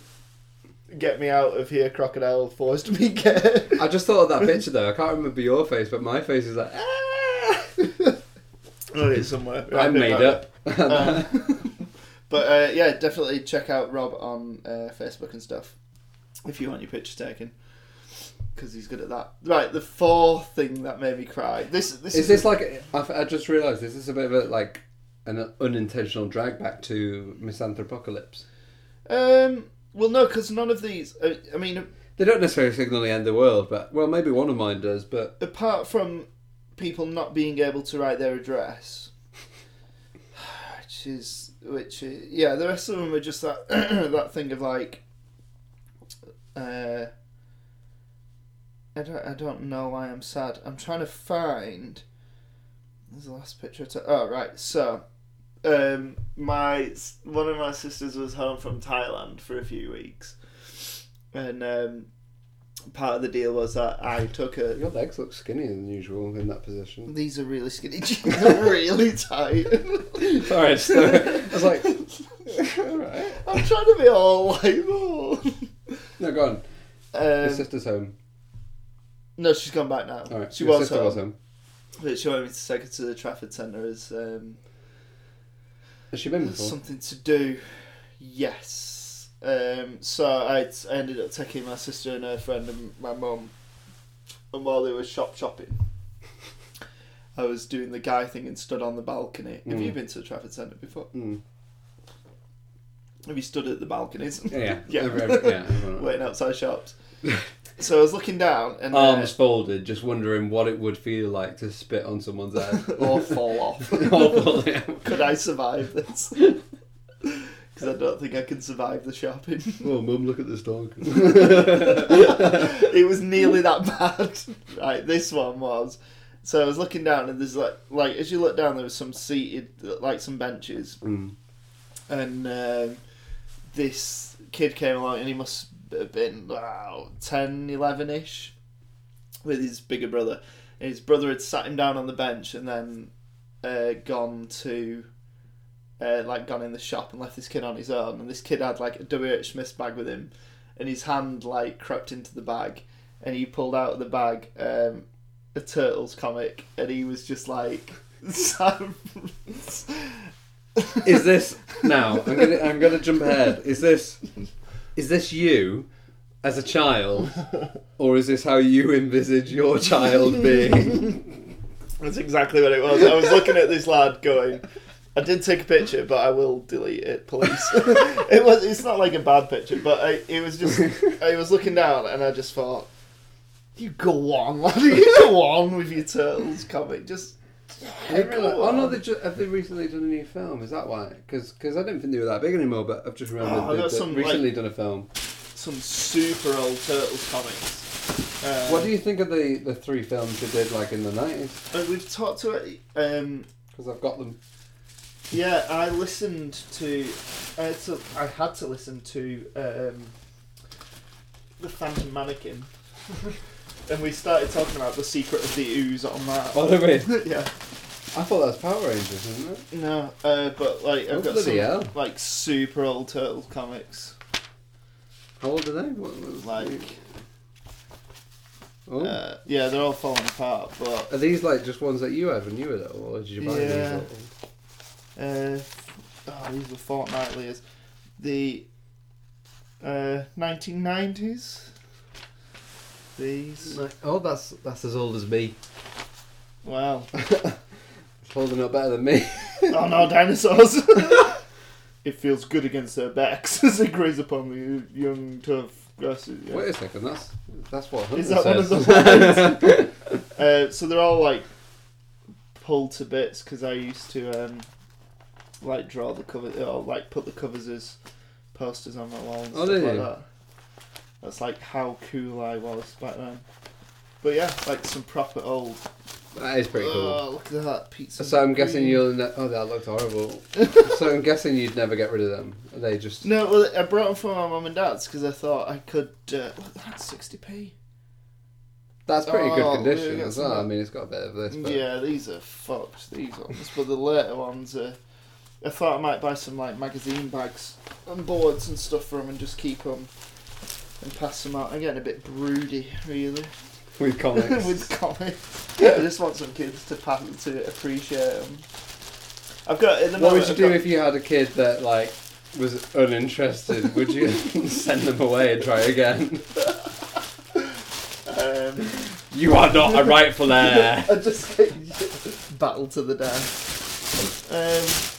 Speaker 1: Get me out of here, crocodile. Forced me get.
Speaker 2: I just thought of that picture though. I can't remember your face, but my face is like, ah!
Speaker 1: Oh, it's somewhere.
Speaker 2: I
Speaker 1: Right,
Speaker 2: made
Speaker 1: right.
Speaker 2: up.
Speaker 1: Um, but uh, yeah, definitely check out Rob on uh, Facebook and stuff if you want your picture taken because he's good at that. Right, the fourth thing that made me cry. This this
Speaker 2: is this like? I, I just realised this is a bit of a like an unintentional drag back to Misanthropocalypse.
Speaker 1: um well no because none of these I, I mean
Speaker 2: They don't necessarily signal the end of the world, but well, maybe one of mine does. But
Speaker 1: apart from people not being able to write their address, which is which is, yeah, the rest of them are just that that thing of like, uh, I don't I don't know why I'm sad. I'm trying to find. There's the last picture. I took. oh right, so. Um, my s- one of my sisters was home from Thailand for a few weeks, and um, part of the deal was that I took her
Speaker 2: your legs look skinnier than usual in that position.
Speaker 1: these are really skinny jeans. They're really tight.
Speaker 2: Sorry, so, I was like, all right.
Speaker 1: I'm trying to be all like, oh.
Speaker 2: No, go on. Your
Speaker 1: Um,
Speaker 2: sister's home.
Speaker 1: no, she's gone back now.
Speaker 2: All right.
Speaker 1: She
Speaker 2: Your
Speaker 1: was
Speaker 2: sister
Speaker 1: home,
Speaker 2: was home.
Speaker 1: But she wanted me to take her to the Trafford Centre as um,
Speaker 2: Has she been before?
Speaker 1: something to do. Yes. Um, so I I ended up taking my sister and her friend and my mum. And while they were shop shopping, I was doing the guy thing and stood on the balcony. Have you been to the Trafford Centre before?
Speaker 2: Mm.
Speaker 1: Have you stood at the balconies?
Speaker 2: Yeah, yeah,
Speaker 1: Yeah.
Speaker 2: Every- every- yeah, everyone-
Speaker 1: waiting outside shops. so I was looking down and uh,
Speaker 2: Arms folded, just wondering what it would feel like to spit on someone's head.
Speaker 1: or fall off.
Speaker 2: Awful, yeah.
Speaker 1: Could I survive this? Because I don't think I can survive the shopping.
Speaker 2: Oh, mum, look at this dog.
Speaker 1: it was nearly that bad. Right, this one was. So I was looking down and there's like like as you look down there was some seated like some benches
Speaker 2: Mm.
Speaker 1: and um, this kid came along and he must have been wow, 10 11 ish with his bigger brother and his brother had sat him down on the bench and then uh, gone to uh, like gone in the shop and left this kid on his own and this kid had like a WH Smith's bag with him and his hand like crept into the bag and he pulled out of the bag um, a turtles comic and he was just like
Speaker 2: Is this now? I'm gonna I'm gonna jump ahead. Is this is this you as a child, or is this how you envisage your child being?
Speaker 1: That's exactly what it was. I was looking at this lad going. I did take a picture, but I will delete it, please. it was. It's not like a bad picture, but I, it was just. I was looking down, and I just thought, "You go on, lad. You go on with your turtles comic. Just go
Speaker 2: oh no,
Speaker 1: on."
Speaker 2: they just, have they recently done a new film? Is that why? Because I didn't think they were that big anymore. But I've just remembered
Speaker 1: Oh, I
Speaker 2: they've
Speaker 1: got
Speaker 2: done-
Speaker 1: some, like-
Speaker 2: recently done a film.
Speaker 1: some super old turtles comics. Um,
Speaker 2: What do you think of the the three films they did like in the nineties?
Speaker 1: and we've talked to it. Um,
Speaker 2: Because I've got them.
Speaker 1: Yeah, I listened to. I had to, I had to listen to um, the Phantom Mannequin, and we started talking about the secret of the ooze on that.
Speaker 2: By the way,
Speaker 1: yeah,
Speaker 2: I thought that was Power Rangers, isn't it?
Speaker 1: no, uh, but like I've
Speaker 2: Oh,
Speaker 1: got
Speaker 2: bloody
Speaker 1: some
Speaker 2: hell.
Speaker 1: like super old turtle comics,
Speaker 2: How old are they? What, what-
Speaker 1: like
Speaker 2: oh.
Speaker 1: uh, yeah, they're all falling apart. But
Speaker 2: are these like just ones that you had when you were little, or did you buy
Speaker 1: Yeah.
Speaker 2: these? Little?
Speaker 1: uh, oh, these were fortnightly as the uh, 1990s. These
Speaker 2: Like, oh, that's that's as old as me.
Speaker 1: wow.
Speaker 2: It's holding up better than me.
Speaker 1: Oh no, dinosaurs! it feels good against their backs as they graze upon the young turf grasses. yeah.
Speaker 2: Wait a second, that's that's what Hunter
Speaker 1: Is that one of
Speaker 2: says.
Speaker 1: the lines? uh, so they're all like pulled to bits because I used to um, like draw the cover uh, or like put the covers as posters on my wall and
Speaker 2: Oh,
Speaker 1: stuff
Speaker 2: did
Speaker 1: like
Speaker 2: you?
Speaker 1: that. That's like how cool I was back then. But yeah, like some proper old.
Speaker 2: that is pretty cool.
Speaker 1: Oh, look at that pizza.
Speaker 2: so I'm guessing
Speaker 1: cream.
Speaker 2: you'll. Ne- oh, that looked horrible. so I'm guessing you'd never get rid of them. Are they just?
Speaker 1: No, well, I brought them for my mum and dad's because I thought I could. Uh, look, that's sixty p.
Speaker 2: That's pretty
Speaker 1: Oh,
Speaker 2: good
Speaker 1: yeah,
Speaker 2: condition
Speaker 1: yeah,
Speaker 2: as well. I
Speaker 1: something.
Speaker 2: mean, it's got a bit of this, but
Speaker 1: Yeah, these are fucked. These ones, but the later ones are. I thought I might buy some like magazine bags and boards and stuff for them and just keep them and pass them out. I'm getting a bit broody, really,
Speaker 2: with comics.
Speaker 1: with comics. I just want some kids to pass to appreciate them. I've got in the
Speaker 2: what
Speaker 1: moment,
Speaker 2: would you
Speaker 1: I've
Speaker 2: do
Speaker 1: got-
Speaker 2: if you had a kid that like was uninterested? would you send them away and try again?
Speaker 1: Um,
Speaker 2: You are not a rightful heir.
Speaker 1: I just get battle to the death. Um,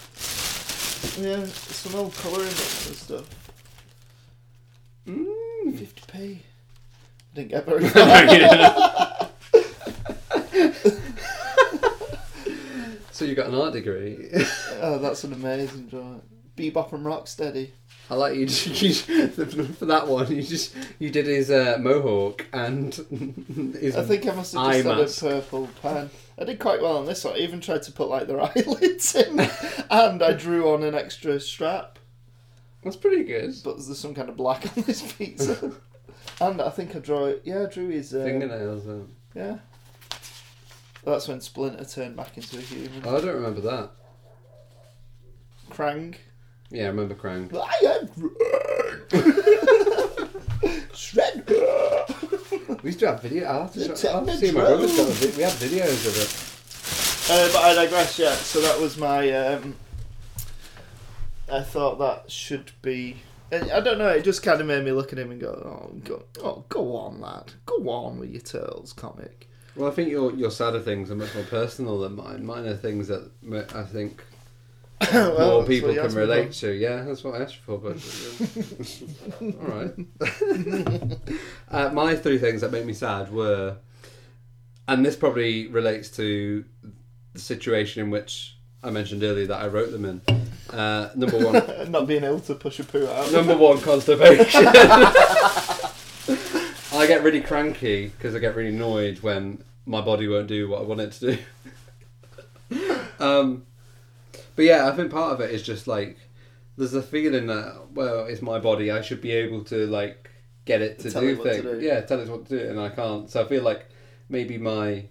Speaker 1: yeah, some old colouring books and stuff.
Speaker 2: Mm.
Speaker 1: 50p. Didn't get very far.
Speaker 2: so you got an art degree.
Speaker 1: Oh, that's an amazing drawing. Bebop and Rocksteady.
Speaker 2: I like you, you for that one. You just you did his uh, mohawk and his.
Speaker 1: I think I must have
Speaker 2: eye
Speaker 1: just had
Speaker 2: mask.
Speaker 1: a purple pen. I did quite well on this one. I even tried to put like their eyelids in, and I drew on an extra strap.
Speaker 2: that's pretty good.
Speaker 1: But there's some kind of black on this pizza. and I think I draw. Yeah, I drew his. um,
Speaker 2: Fingernails. um,
Speaker 1: Yeah. That's when Splinter turned back into a human.
Speaker 2: Oh, I don't remember that.
Speaker 1: Krang.
Speaker 2: Yeah, I remember Krang.
Speaker 1: I am Shred. Uh,
Speaker 2: We used to have video. I'll have to,
Speaker 1: You
Speaker 2: show,
Speaker 1: take
Speaker 2: I'll have to
Speaker 1: me
Speaker 2: see my
Speaker 1: through.
Speaker 2: brother's got a vi- We have videos of it.
Speaker 1: Uh, but I digress. Yeah. So that was my. Um, I thought that should be. and I don't know. It just kind of made me look at him and go, "Oh, go, oh, go on, lad, go on with your turtles comic."
Speaker 2: Well, I think your your sadder things are much more personal than mine. Mine are things that m- I think
Speaker 1: Well,
Speaker 2: more
Speaker 1: that's what
Speaker 2: people
Speaker 1: you
Speaker 2: can
Speaker 1: asked me
Speaker 2: relate to. Yeah, that's what I asked for. But all right. uh, my three things that make me sad were, and this probably relates to the situation in which I mentioned earlier that I wrote them in. Uh, number one,
Speaker 1: for. Not being able to push a poo out.
Speaker 2: Number one, constipation. I get really cranky because I get really annoyed when my body won't do what I want it to do. um, but yeah, I think part of it is just like there's a feeling that well, it's my body. I should be able to like get it to
Speaker 1: Tell
Speaker 2: do
Speaker 1: it what to
Speaker 2: things.
Speaker 1: do.
Speaker 2: Yeah, tell it what to do, and I can't. So I feel like maybe my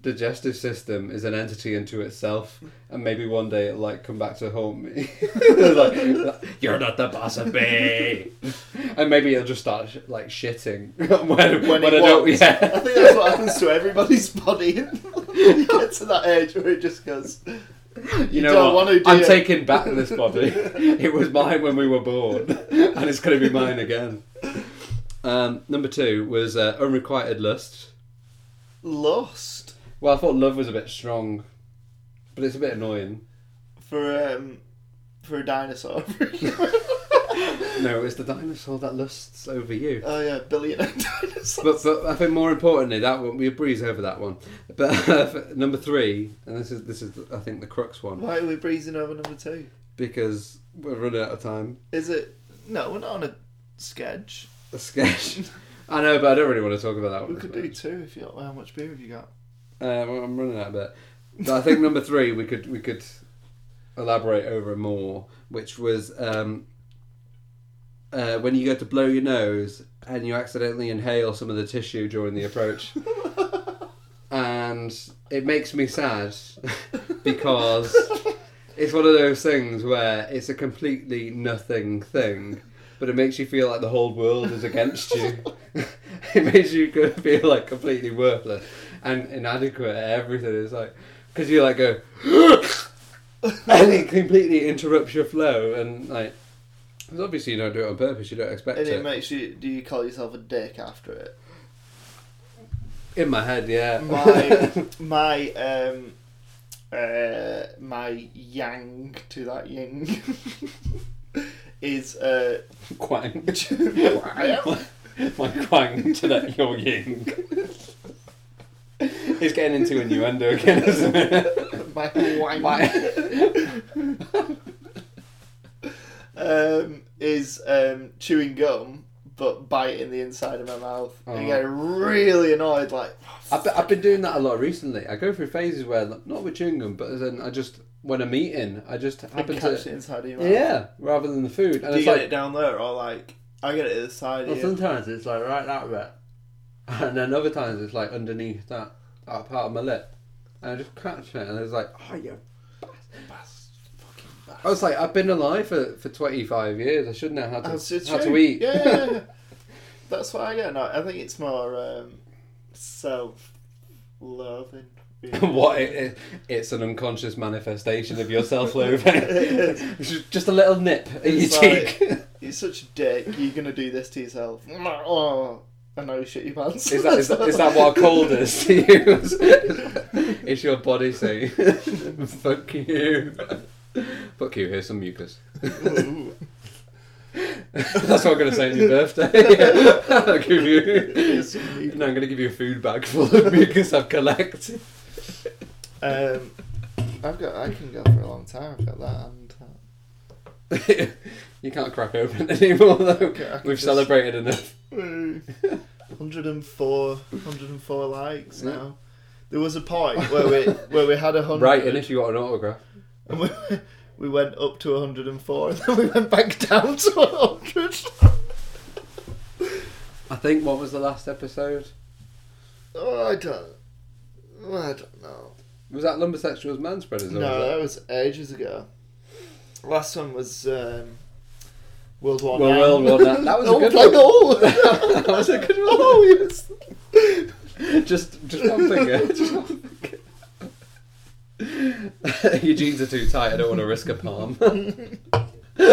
Speaker 2: digestive system is an entity unto itself, and maybe one day it'll like come back to haunt me. like, you're not the boss of me, and maybe it'll just start sh- like shitting when, when,
Speaker 1: When,
Speaker 2: I
Speaker 1: he
Speaker 2: don't.
Speaker 1: walks.
Speaker 2: Yeah.
Speaker 1: I think that's what happens to everybody's body. you get to that age where it just goes.
Speaker 2: You
Speaker 1: don't
Speaker 2: know
Speaker 1: want
Speaker 2: what?
Speaker 1: to, do
Speaker 2: I'm
Speaker 1: you?
Speaker 2: taking back this body. it was mine when we were born, and it's going to be mine again. Um, number two was uh, unrequited lust.
Speaker 1: Lust
Speaker 2: Well, I thought love was a bit strong, but it's a bit annoying.
Speaker 1: for um for a dinosaur.
Speaker 2: No, it's the dinosaur that lusts over you.
Speaker 1: oh yeah, billionaire dinosaur.
Speaker 2: But, but I think more importantly, that one we breeze over that one. But uh, number three, and this is this is I think the crux one
Speaker 1: Why are we breezing over number two?
Speaker 2: because we're running out of time.
Speaker 1: Is it? No, we're not on a sketch.
Speaker 2: The sketch. I know, but I don't really want to talk about that one.
Speaker 1: We could do two if you. How much beer have you got?
Speaker 2: Uh, well, I'm running out of it. But I think number three, we could we could elaborate over more, which was um, uh, when you go to blow your nose and you accidentally inhale some of the tissue during the approach, and it makes me sad because it's one of those things where it's a completely nothing thing, but it makes you feel like the whole world is against you. it makes you go- feel like completely worthless and inadequate at everything. It's like because you like go and it completely interrupts your flow and like 'cause obviously you don't do it on purpose. You don't expect
Speaker 1: And it
Speaker 2: it.
Speaker 1: makes you. Do you call yourself a dick after it?
Speaker 2: In my head, yeah.
Speaker 1: My my um uh my yang to that yang is uh
Speaker 2: quang. my, my quang to that your ying. He's getting into innuendo again, isn't it?
Speaker 1: my wang
Speaker 2: My-
Speaker 1: um is um chewing gum but biting the inside of my mouth and
Speaker 2: Oh.
Speaker 1: getting really annoyed like
Speaker 2: I've, been, I've been doing that a lot recently. I go through phases where, like, not with chewing gum, but then I just, when I'm eating, I just
Speaker 1: and
Speaker 2: happen
Speaker 1: catch it
Speaker 2: to.
Speaker 1: inside of your mouth.
Speaker 2: Yeah, rather than the food. And
Speaker 1: Do you
Speaker 2: it's
Speaker 1: get
Speaker 2: like,
Speaker 1: it down there or like I get it at the side
Speaker 2: well,
Speaker 1: of you?
Speaker 2: sometimes it's like right that bit. and then other times it's like underneath that, that part of my lip, and I just catch it, and it's like, oh, you bastard. I was like, I've been alive for, for 25 years. I should know how to,
Speaker 1: That's it's
Speaker 2: how
Speaker 1: Oh, true.
Speaker 2: to eat.
Speaker 1: Yeah, yeah, yeah. that's what I get. No, I think it's more um, self-loving. really.
Speaker 2: what it, it, it's an unconscious manifestation of your self-loathing. just, just a little nip in
Speaker 1: It's
Speaker 2: your
Speaker 1: like-
Speaker 2: cheek.
Speaker 1: You're such a dick. You're gonna do this to yourself. Oh, I know. Shit your pants.
Speaker 2: Is that, is, that, is that what a cold is to you? it's your body saying, fuck you. Fuck you, here's some mucus.
Speaker 1: Ooh.
Speaker 2: That's what I'm going to say on your birthday. I'll give you...
Speaker 1: Here's some mucus.
Speaker 2: No, I'm going to give you a food bag full of mucus I've collected.
Speaker 1: Um, I've got. I can go for a long time. I've got that. And, uh,
Speaker 2: you can't crack open anymore, though.
Speaker 1: Okay, I can
Speaker 2: We've
Speaker 1: just-
Speaker 2: celebrated enough.
Speaker 1: woo. 104, 104 likes now. There was a point where we where we had a hundred.
Speaker 2: Right, and if you got an autograph.
Speaker 1: And we, we went up to 104 and then we went back down to 100.
Speaker 2: I think what was the last episode?
Speaker 1: Oh, I don't. I don't know.
Speaker 2: Was that Lumbersexuals Manspreaders? or
Speaker 1: No, that
Speaker 2: was
Speaker 1: was ages ago. Last one was um, World War
Speaker 2: Well, World War Nine. That was a
Speaker 1: Oh,
Speaker 2: good
Speaker 1: like,
Speaker 2: one.
Speaker 1: Oh,
Speaker 2: that was a good one.
Speaker 1: Oh, yes.
Speaker 2: just, just one finger. Just one finger. Your jeans are too tight. I don't want to risk a palm.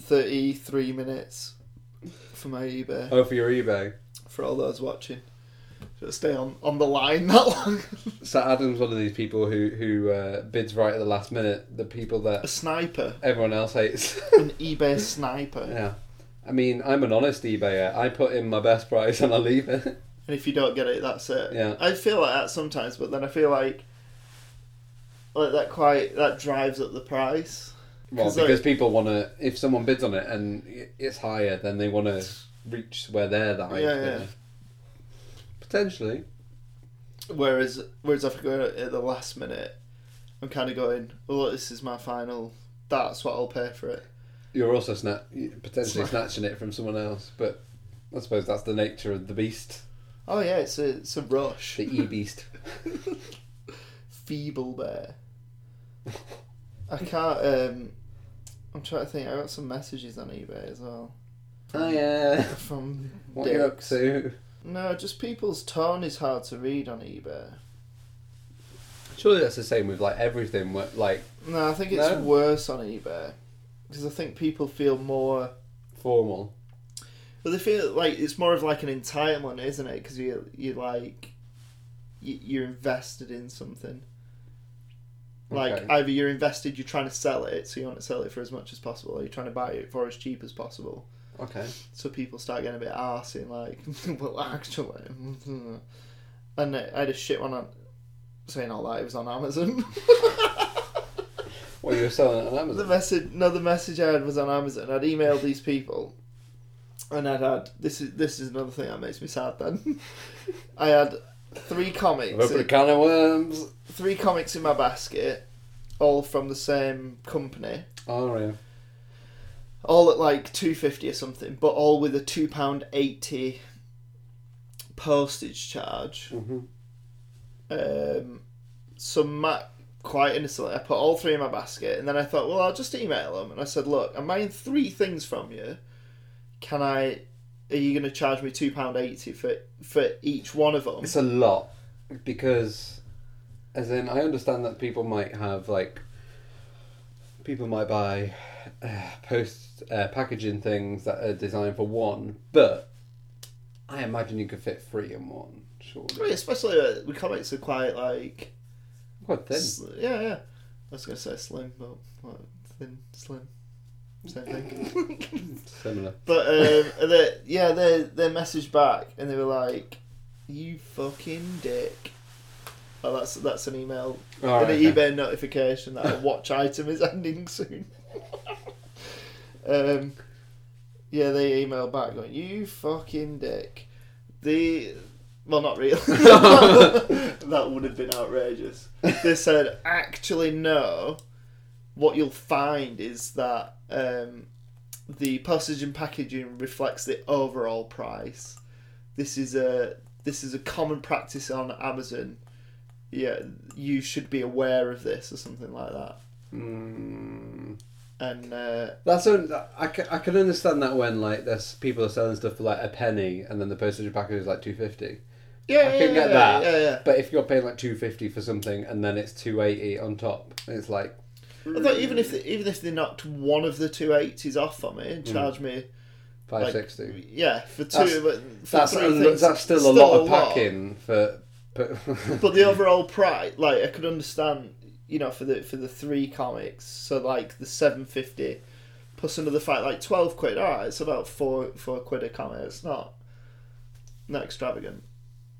Speaker 1: 33 minutes for my eBay.
Speaker 2: oh, for your eBay.
Speaker 1: For all those watching. Just stay on, on the line that long.
Speaker 2: So Adam's one of these people who who uh, bids right at the last minute. The people
Speaker 1: a
Speaker 2: that
Speaker 1: sniper.
Speaker 2: everyone else hates.
Speaker 1: An eBay sniper.
Speaker 2: yeah. I mean, I'm an honest eBayer. I put in my best price and I leave it.
Speaker 1: And if you don't get it, that's it.
Speaker 2: Yeah.
Speaker 1: I feel like that sometimes, but then I feel like like that quite that drives up the price.
Speaker 2: Well,
Speaker 1: 'Cause,
Speaker 2: because
Speaker 1: like-
Speaker 2: people want to. If someone bids on it and i- it's higher, then they want to reach where they're the highest.
Speaker 1: Yeah, yeah.
Speaker 2: bidder. Potentially.
Speaker 1: Whereas whereas if I go at the last minute, I'm kind of going, well, look, this is my final. That's what I'll pay for it.
Speaker 2: You're also sna- potentially
Speaker 1: Sna-
Speaker 2: snatching it from someone else, but I suppose that's the nature of the beast,
Speaker 1: Oh yeah, it's a it's a rush.
Speaker 2: the e beast.
Speaker 1: Feeble bear. I can't. um I'm trying to think. I got some messages on eBay as well
Speaker 2: Hiya.
Speaker 1: from
Speaker 2: What are you up
Speaker 1: dicks.
Speaker 2: to?
Speaker 1: No, just people's tone is hard to read on eBay.
Speaker 2: Surely that's the same with like everything. where- Like
Speaker 1: No, I think it's
Speaker 2: No?
Speaker 1: worse on eBay because I think people feel more.
Speaker 2: formal.
Speaker 1: Well, they feel like it's more of like an entitlement, isn't it? Because you you like you, you're invested in something. Like
Speaker 2: Okay.
Speaker 1: either you're invested, you're trying to sell it, so you want to sell it for as much as possible, or you're trying to buy it for as cheap as possible.
Speaker 2: Okay.
Speaker 1: So people start getting a bit arsy and like, well, actually, and uh, I had a shit one on saying all that. It was on Amazon.
Speaker 2: Well, you were selling it on
Speaker 1: The
Speaker 2: Amazon.
Speaker 1: message, no, the message I had was on Amazon. I'd emailed these people, and I'd had this is this is another thing that makes me sad. Then I had three
Speaker 2: I've opened a
Speaker 1: comics,
Speaker 2: can of worms.
Speaker 1: three comics in my basket, all from the same company,
Speaker 2: Oh yeah.
Speaker 1: all at like two fifty or something, but all with a two pound eighty postage charge.
Speaker 2: Mm-hmm.
Speaker 1: um, some Matt quite innocently. I put all three in my basket, and then I thought, well, I'll just email them. And I said, look, I'm buying three things from you. Can I? Are you going to charge me two pound eighty for for each one of them?
Speaker 2: It's a lot because, as in, I understand that people might have like, people might buy uh, post uh, packaging things that are designed for one, but I imagine you could fit three in one.
Speaker 1: Well,
Speaker 2: Surely,
Speaker 1: Especially uh, the comics are quite like
Speaker 2: quite thin.
Speaker 1: sl- yeah, yeah. I was going to say slim, but what, thin, slim, same thing.
Speaker 2: Similar.
Speaker 1: But um, they, yeah, they they messaged back and they were like, "You fucking dick." Oh, that's that's an email
Speaker 2: All
Speaker 1: and
Speaker 2: right.
Speaker 1: an
Speaker 2: okay.
Speaker 1: eBay notification that a watch item is ending soon. um, yeah, they email back going, "You fucking dick." The well, not really. that would have been outrageous. They said, "Actually, no. What you'll find is that um, the postage and packaging reflects the overall price. This is a this is a common practice on Amazon. Yeah, you should be aware of this or something like that.
Speaker 2: Mm.
Speaker 1: And uh,
Speaker 2: That's un- I, can, I can understand that when like there's people are selling stuff for like a penny and then the postage and package is like two fifty.
Speaker 1: yeah,
Speaker 2: I
Speaker 1: yeah,
Speaker 2: can
Speaker 1: yeah,
Speaker 2: get that.
Speaker 1: Yeah, yeah.
Speaker 2: But if you're paying like two fifty for something and then it's two eighty on top, it's like
Speaker 1: I thought even if they, even if they knocked one of the two eighties off on me and charged me
Speaker 2: five
Speaker 1: like,
Speaker 2: sixty.
Speaker 1: yeah for two,
Speaker 2: Hmm. That's-
Speaker 1: but for
Speaker 2: that's
Speaker 1: three
Speaker 2: un-
Speaker 1: things,
Speaker 2: that's still, a lot of packing for. But
Speaker 1: But the overall price, like I could understand, you know, for the for the three comics, so like the seven fifty plus another fight, like twelve quid. All right, it's about four four quid a comic. It's not not extravagant.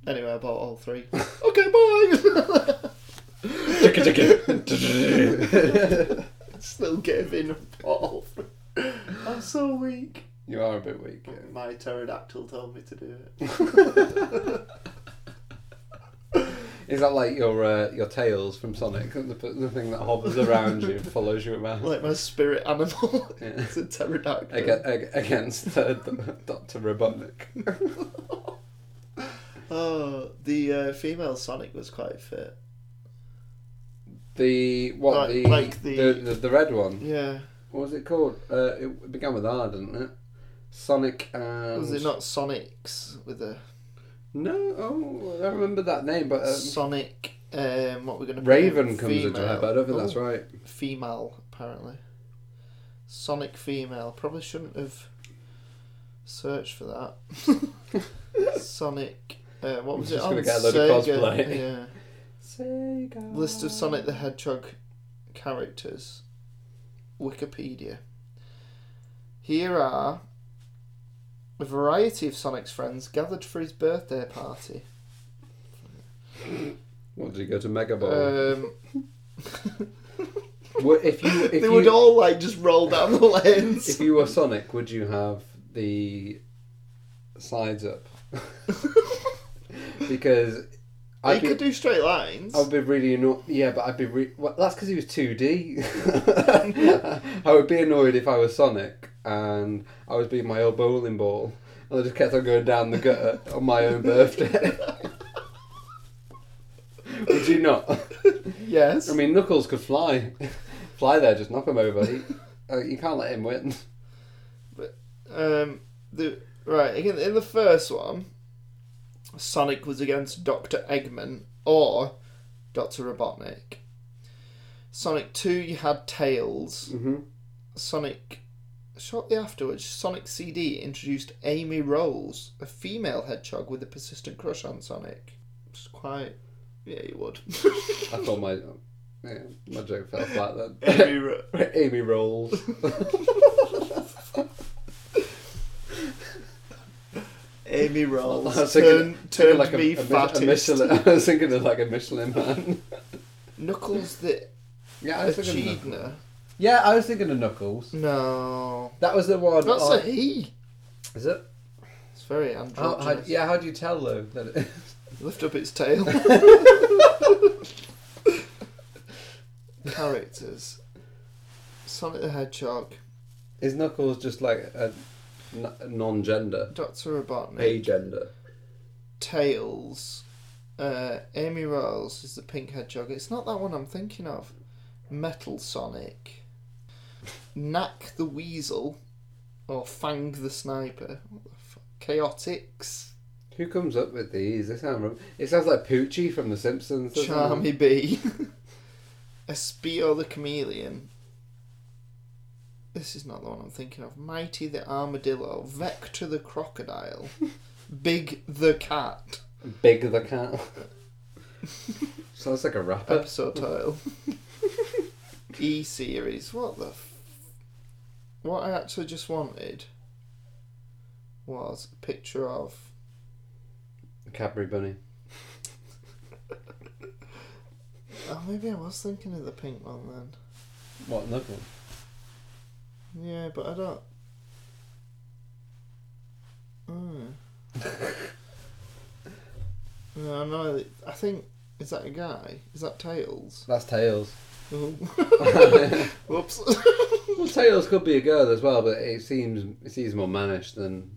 Speaker 1: Anyway, I bought all three. okay, bye. Still giving all. three. I'm so weak.
Speaker 2: you are a bit weak. yeah.
Speaker 1: My pterodactyl told me to do it.
Speaker 2: Is that like your uh, your tails from Sonic? The, the thing that hovers around you, follows you around.
Speaker 1: Like my spirit animal.
Speaker 2: Yeah.
Speaker 1: it's a pterodactyl.
Speaker 2: Aga- ag- against uh, Doctor Robotnik.
Speaker 1: Oh, the uh, female Sonic was quite fit.
Speaker 2: The
Speaker 1: Like-
Speaker 2: what the,
Speaker 1: like the-
Speaker 2: the, the the red one.
Speaker 1: Yeah.
Speaker 2: What was it called? Uh, it began with R, didn't it? Sonic and
Speaker 1: Was it not Sonics with a
Speaker 2: No, oh, I don't remember that name, but um,
Speaker 1: Sonic? Um, what we're gonna
Speaker 2: Raven
Speaker 1: put,
Speaker 2: comes into her, but I don't think that's
Speaker 1: Oh,
Speaker 2: right.
Speaker 1: Female, apparently. Sonic female. Probably shouldn't have searched for that. Sonic. Uh, what was
Speaker 2: Just
Speaker 1: it on
Speaker 2: gonna get a load of
Speaker 1: Sega,
Speaker 2: cosplay.
Speaker 1: Yeah.
Speaker 2: Sega.
Speaker 1: List of Sonic the Hedgehog characters. Wikipedia. Here are a variety of Sonic's friends gathered for his birthday party.
Speaker 2: What did you go to Mega Ball?
Speaker 1: Um,
Speaker 2: Would- if you if
Speaker 1: they
Speaker 2: you,
Speaker 1: would all like just roll down the lanes.
Speaker 2: if you were Sonic, would you have the sides up?
Speaker 1: They
Speaker 2: because I'd be,
Speaker 1: could do straight lines.
Speaker 2: I'd be really annoyed. Yeah, but I'd be re- well, that's because he was two D. I would be annoyed if I was Sonic and I was being my old bowling ball, and I just kept on going down the gutter on my own birthday. would you not?
Speaker 1: yes.
Speaker 2: I mean, Knuckles could fly, fly there, just knock him over. He, uh, you can't let him win.
Speaker 1: um, the right again in the first one, Sonic was against Doctor Eggman or Doctor Robotnik. Sonic Two, you had Tails.
Speaker 2: Mm-hmm.
Speaker 1: Sonic. Shortly afterwards, Sonic CD introduced Amy Rolls, a female hedgehog with a persistent crush on Sonic. It's quite. Yeah, you would.
Speaker 2: I thought my yeah, my joke fell flat then.
Speaker 1: Amy Ro-
Speaker 2: Amy rolls.
Speaker 1: Amy Rolls
Speaker 2: I was
Speaker 1: turned,
Speaker 2: thinking-
Speaker 1: turned
Speaker 2: like a,
Speaker 1: me
Speaker 2: a, Mich- a
Speaker 1: fattest.
Speaker 2: Michelin. I was thinking of like a Michelin man.
Speaker 1: Knuckles the
Speaker 2: Yeah, I was thinking. Of, Knuckles.
Speaker 1: Echidna.
Speaker 2: yeah, I was thinking of Knuckles.
Speaker 1: No.
Speaker 2: That was the one.
Speaker 1: That's
Speaker 2: on-
Speaker 1: a he.
Speaker 2: is it?
Speaker 1: It's very
Speaker 2: How,
Speaker 1: androgynous.
Speaker 2: how, Oh, yeah, how do you tell though? That it,
Speaker 1: Lift up its tail. Characters. Sonic the Hedgehog.
Speaker 2: is Knuckles just like a n- non-gender,
Speaker 1: Dr. Robotnik.
Speaker 2: agender?
Speaker 1: Tails. Uh, Amy Rolls is the pink hedgehog. It's not that one I'm thinking of. Metal Sonic. Knack the Weasel. Or Fang the Sniper. What the fuck? Chaotix.
Speaker 2: Who comes up with these? They sound. wrong. It sounds like Poochie from The Simpsons. doesn't it?
Speaker 1: Charmy B. Espio the Chameleon. This is not the one I'm thinking of. Mighty the Armadillo. Vector the Crocodile. Big the Cat.
Speaker 2: Big the cat. Sounds like a rapper.
Speaker 1: episode title. e series. What the? F- what I actually just wanted was a picture of
Speaker 2: Cadbury Bunny.
Speaker 1: oh maybe I was thinking of the pink one then
Speaker 2: What Knuckles?
Speaker 1: yeah but I don't mm. no no I think Is that a guy? Is that Tails?
Speaker 2: That's Tails.
Speaker 1: Oh. Whoops.
Speaker 2: Well, Tails could be a girl as well, but it seems it seems more mannish than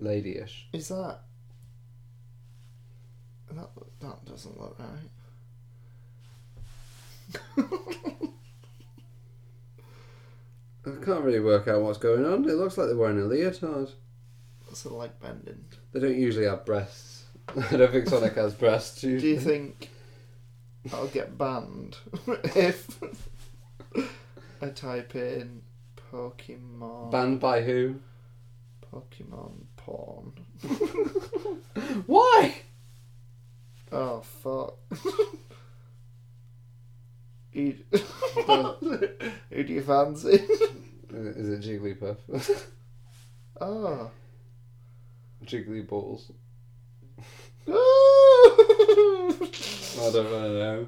Speaker 2: ladyish.
Speaker 1: Is that that that doesn't look right?
Speaker 2: I can't really work out what's going on. It looks like they're wearing a leotard.
Speaker 1: That's a leg bending.
Speaker 2: They don't usually have breasts. I don't think Sonic has breasts.
Speaker 1: Do you think I'll get banned if I type in Pokemon
Speaker 2: Banned by who?
Speaker 1: Pokemon porn?
Speaker 2: Why?
Speaker 1: Oh fuck. Who who do you fancy?
Speaker 2: Uh, Is it Jigglypuff?
Speaker 1: Oh.
Speaker 2: Jiggly balls.
Speaker 1: this
Speaker 2: I don't really know.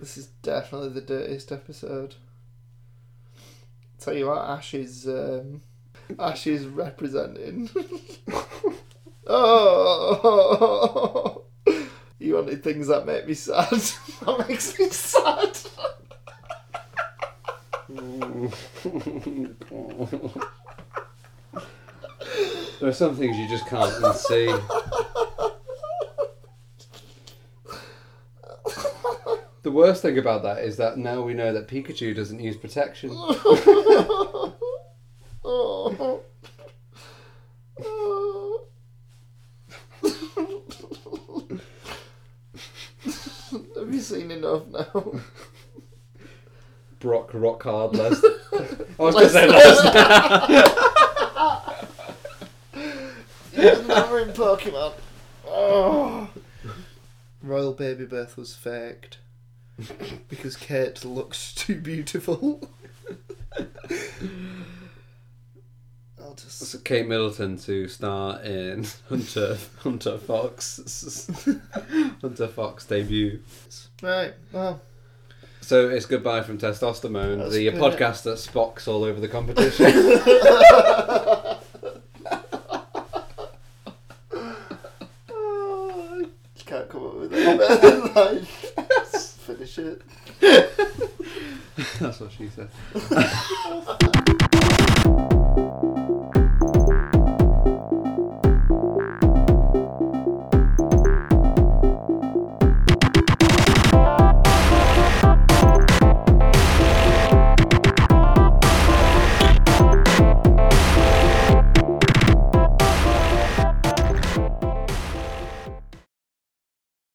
Speaker 1: is definitely the dirtiest episode. Tell you what, Ash is um, Ash is representing. oh, you wanted things that make me sad. that makes me sad.
Speaker 2: There are some things you just can't unsee. The worst thing about that is that now we know that Pikachu doesn't use protection.
Speaker 1: Oh. Have you seen enough now?
Speaker 2: Brock rock hard Lesnar. I was going to say Lesnar.
Speaker 1: You're never in Pokemon. Oh. Royal baby birth was faked because Kate looks too beautiful. I'll just.
Speaker 2: So Kate Middleton to star in Hunter Hunter Fox Hunter Fox debut.
Speaker 1: Right, well,
Speaker 2: So it's goodbye from testosterone,
Speaker 1: That's
Speaker 2: the
Speaker 1: good.
Speaker 2: podcast that spocks all over the competition.
Speaker 1: oh, I can't come up with any better line. Finish it.
Speaker 2: That's what she said.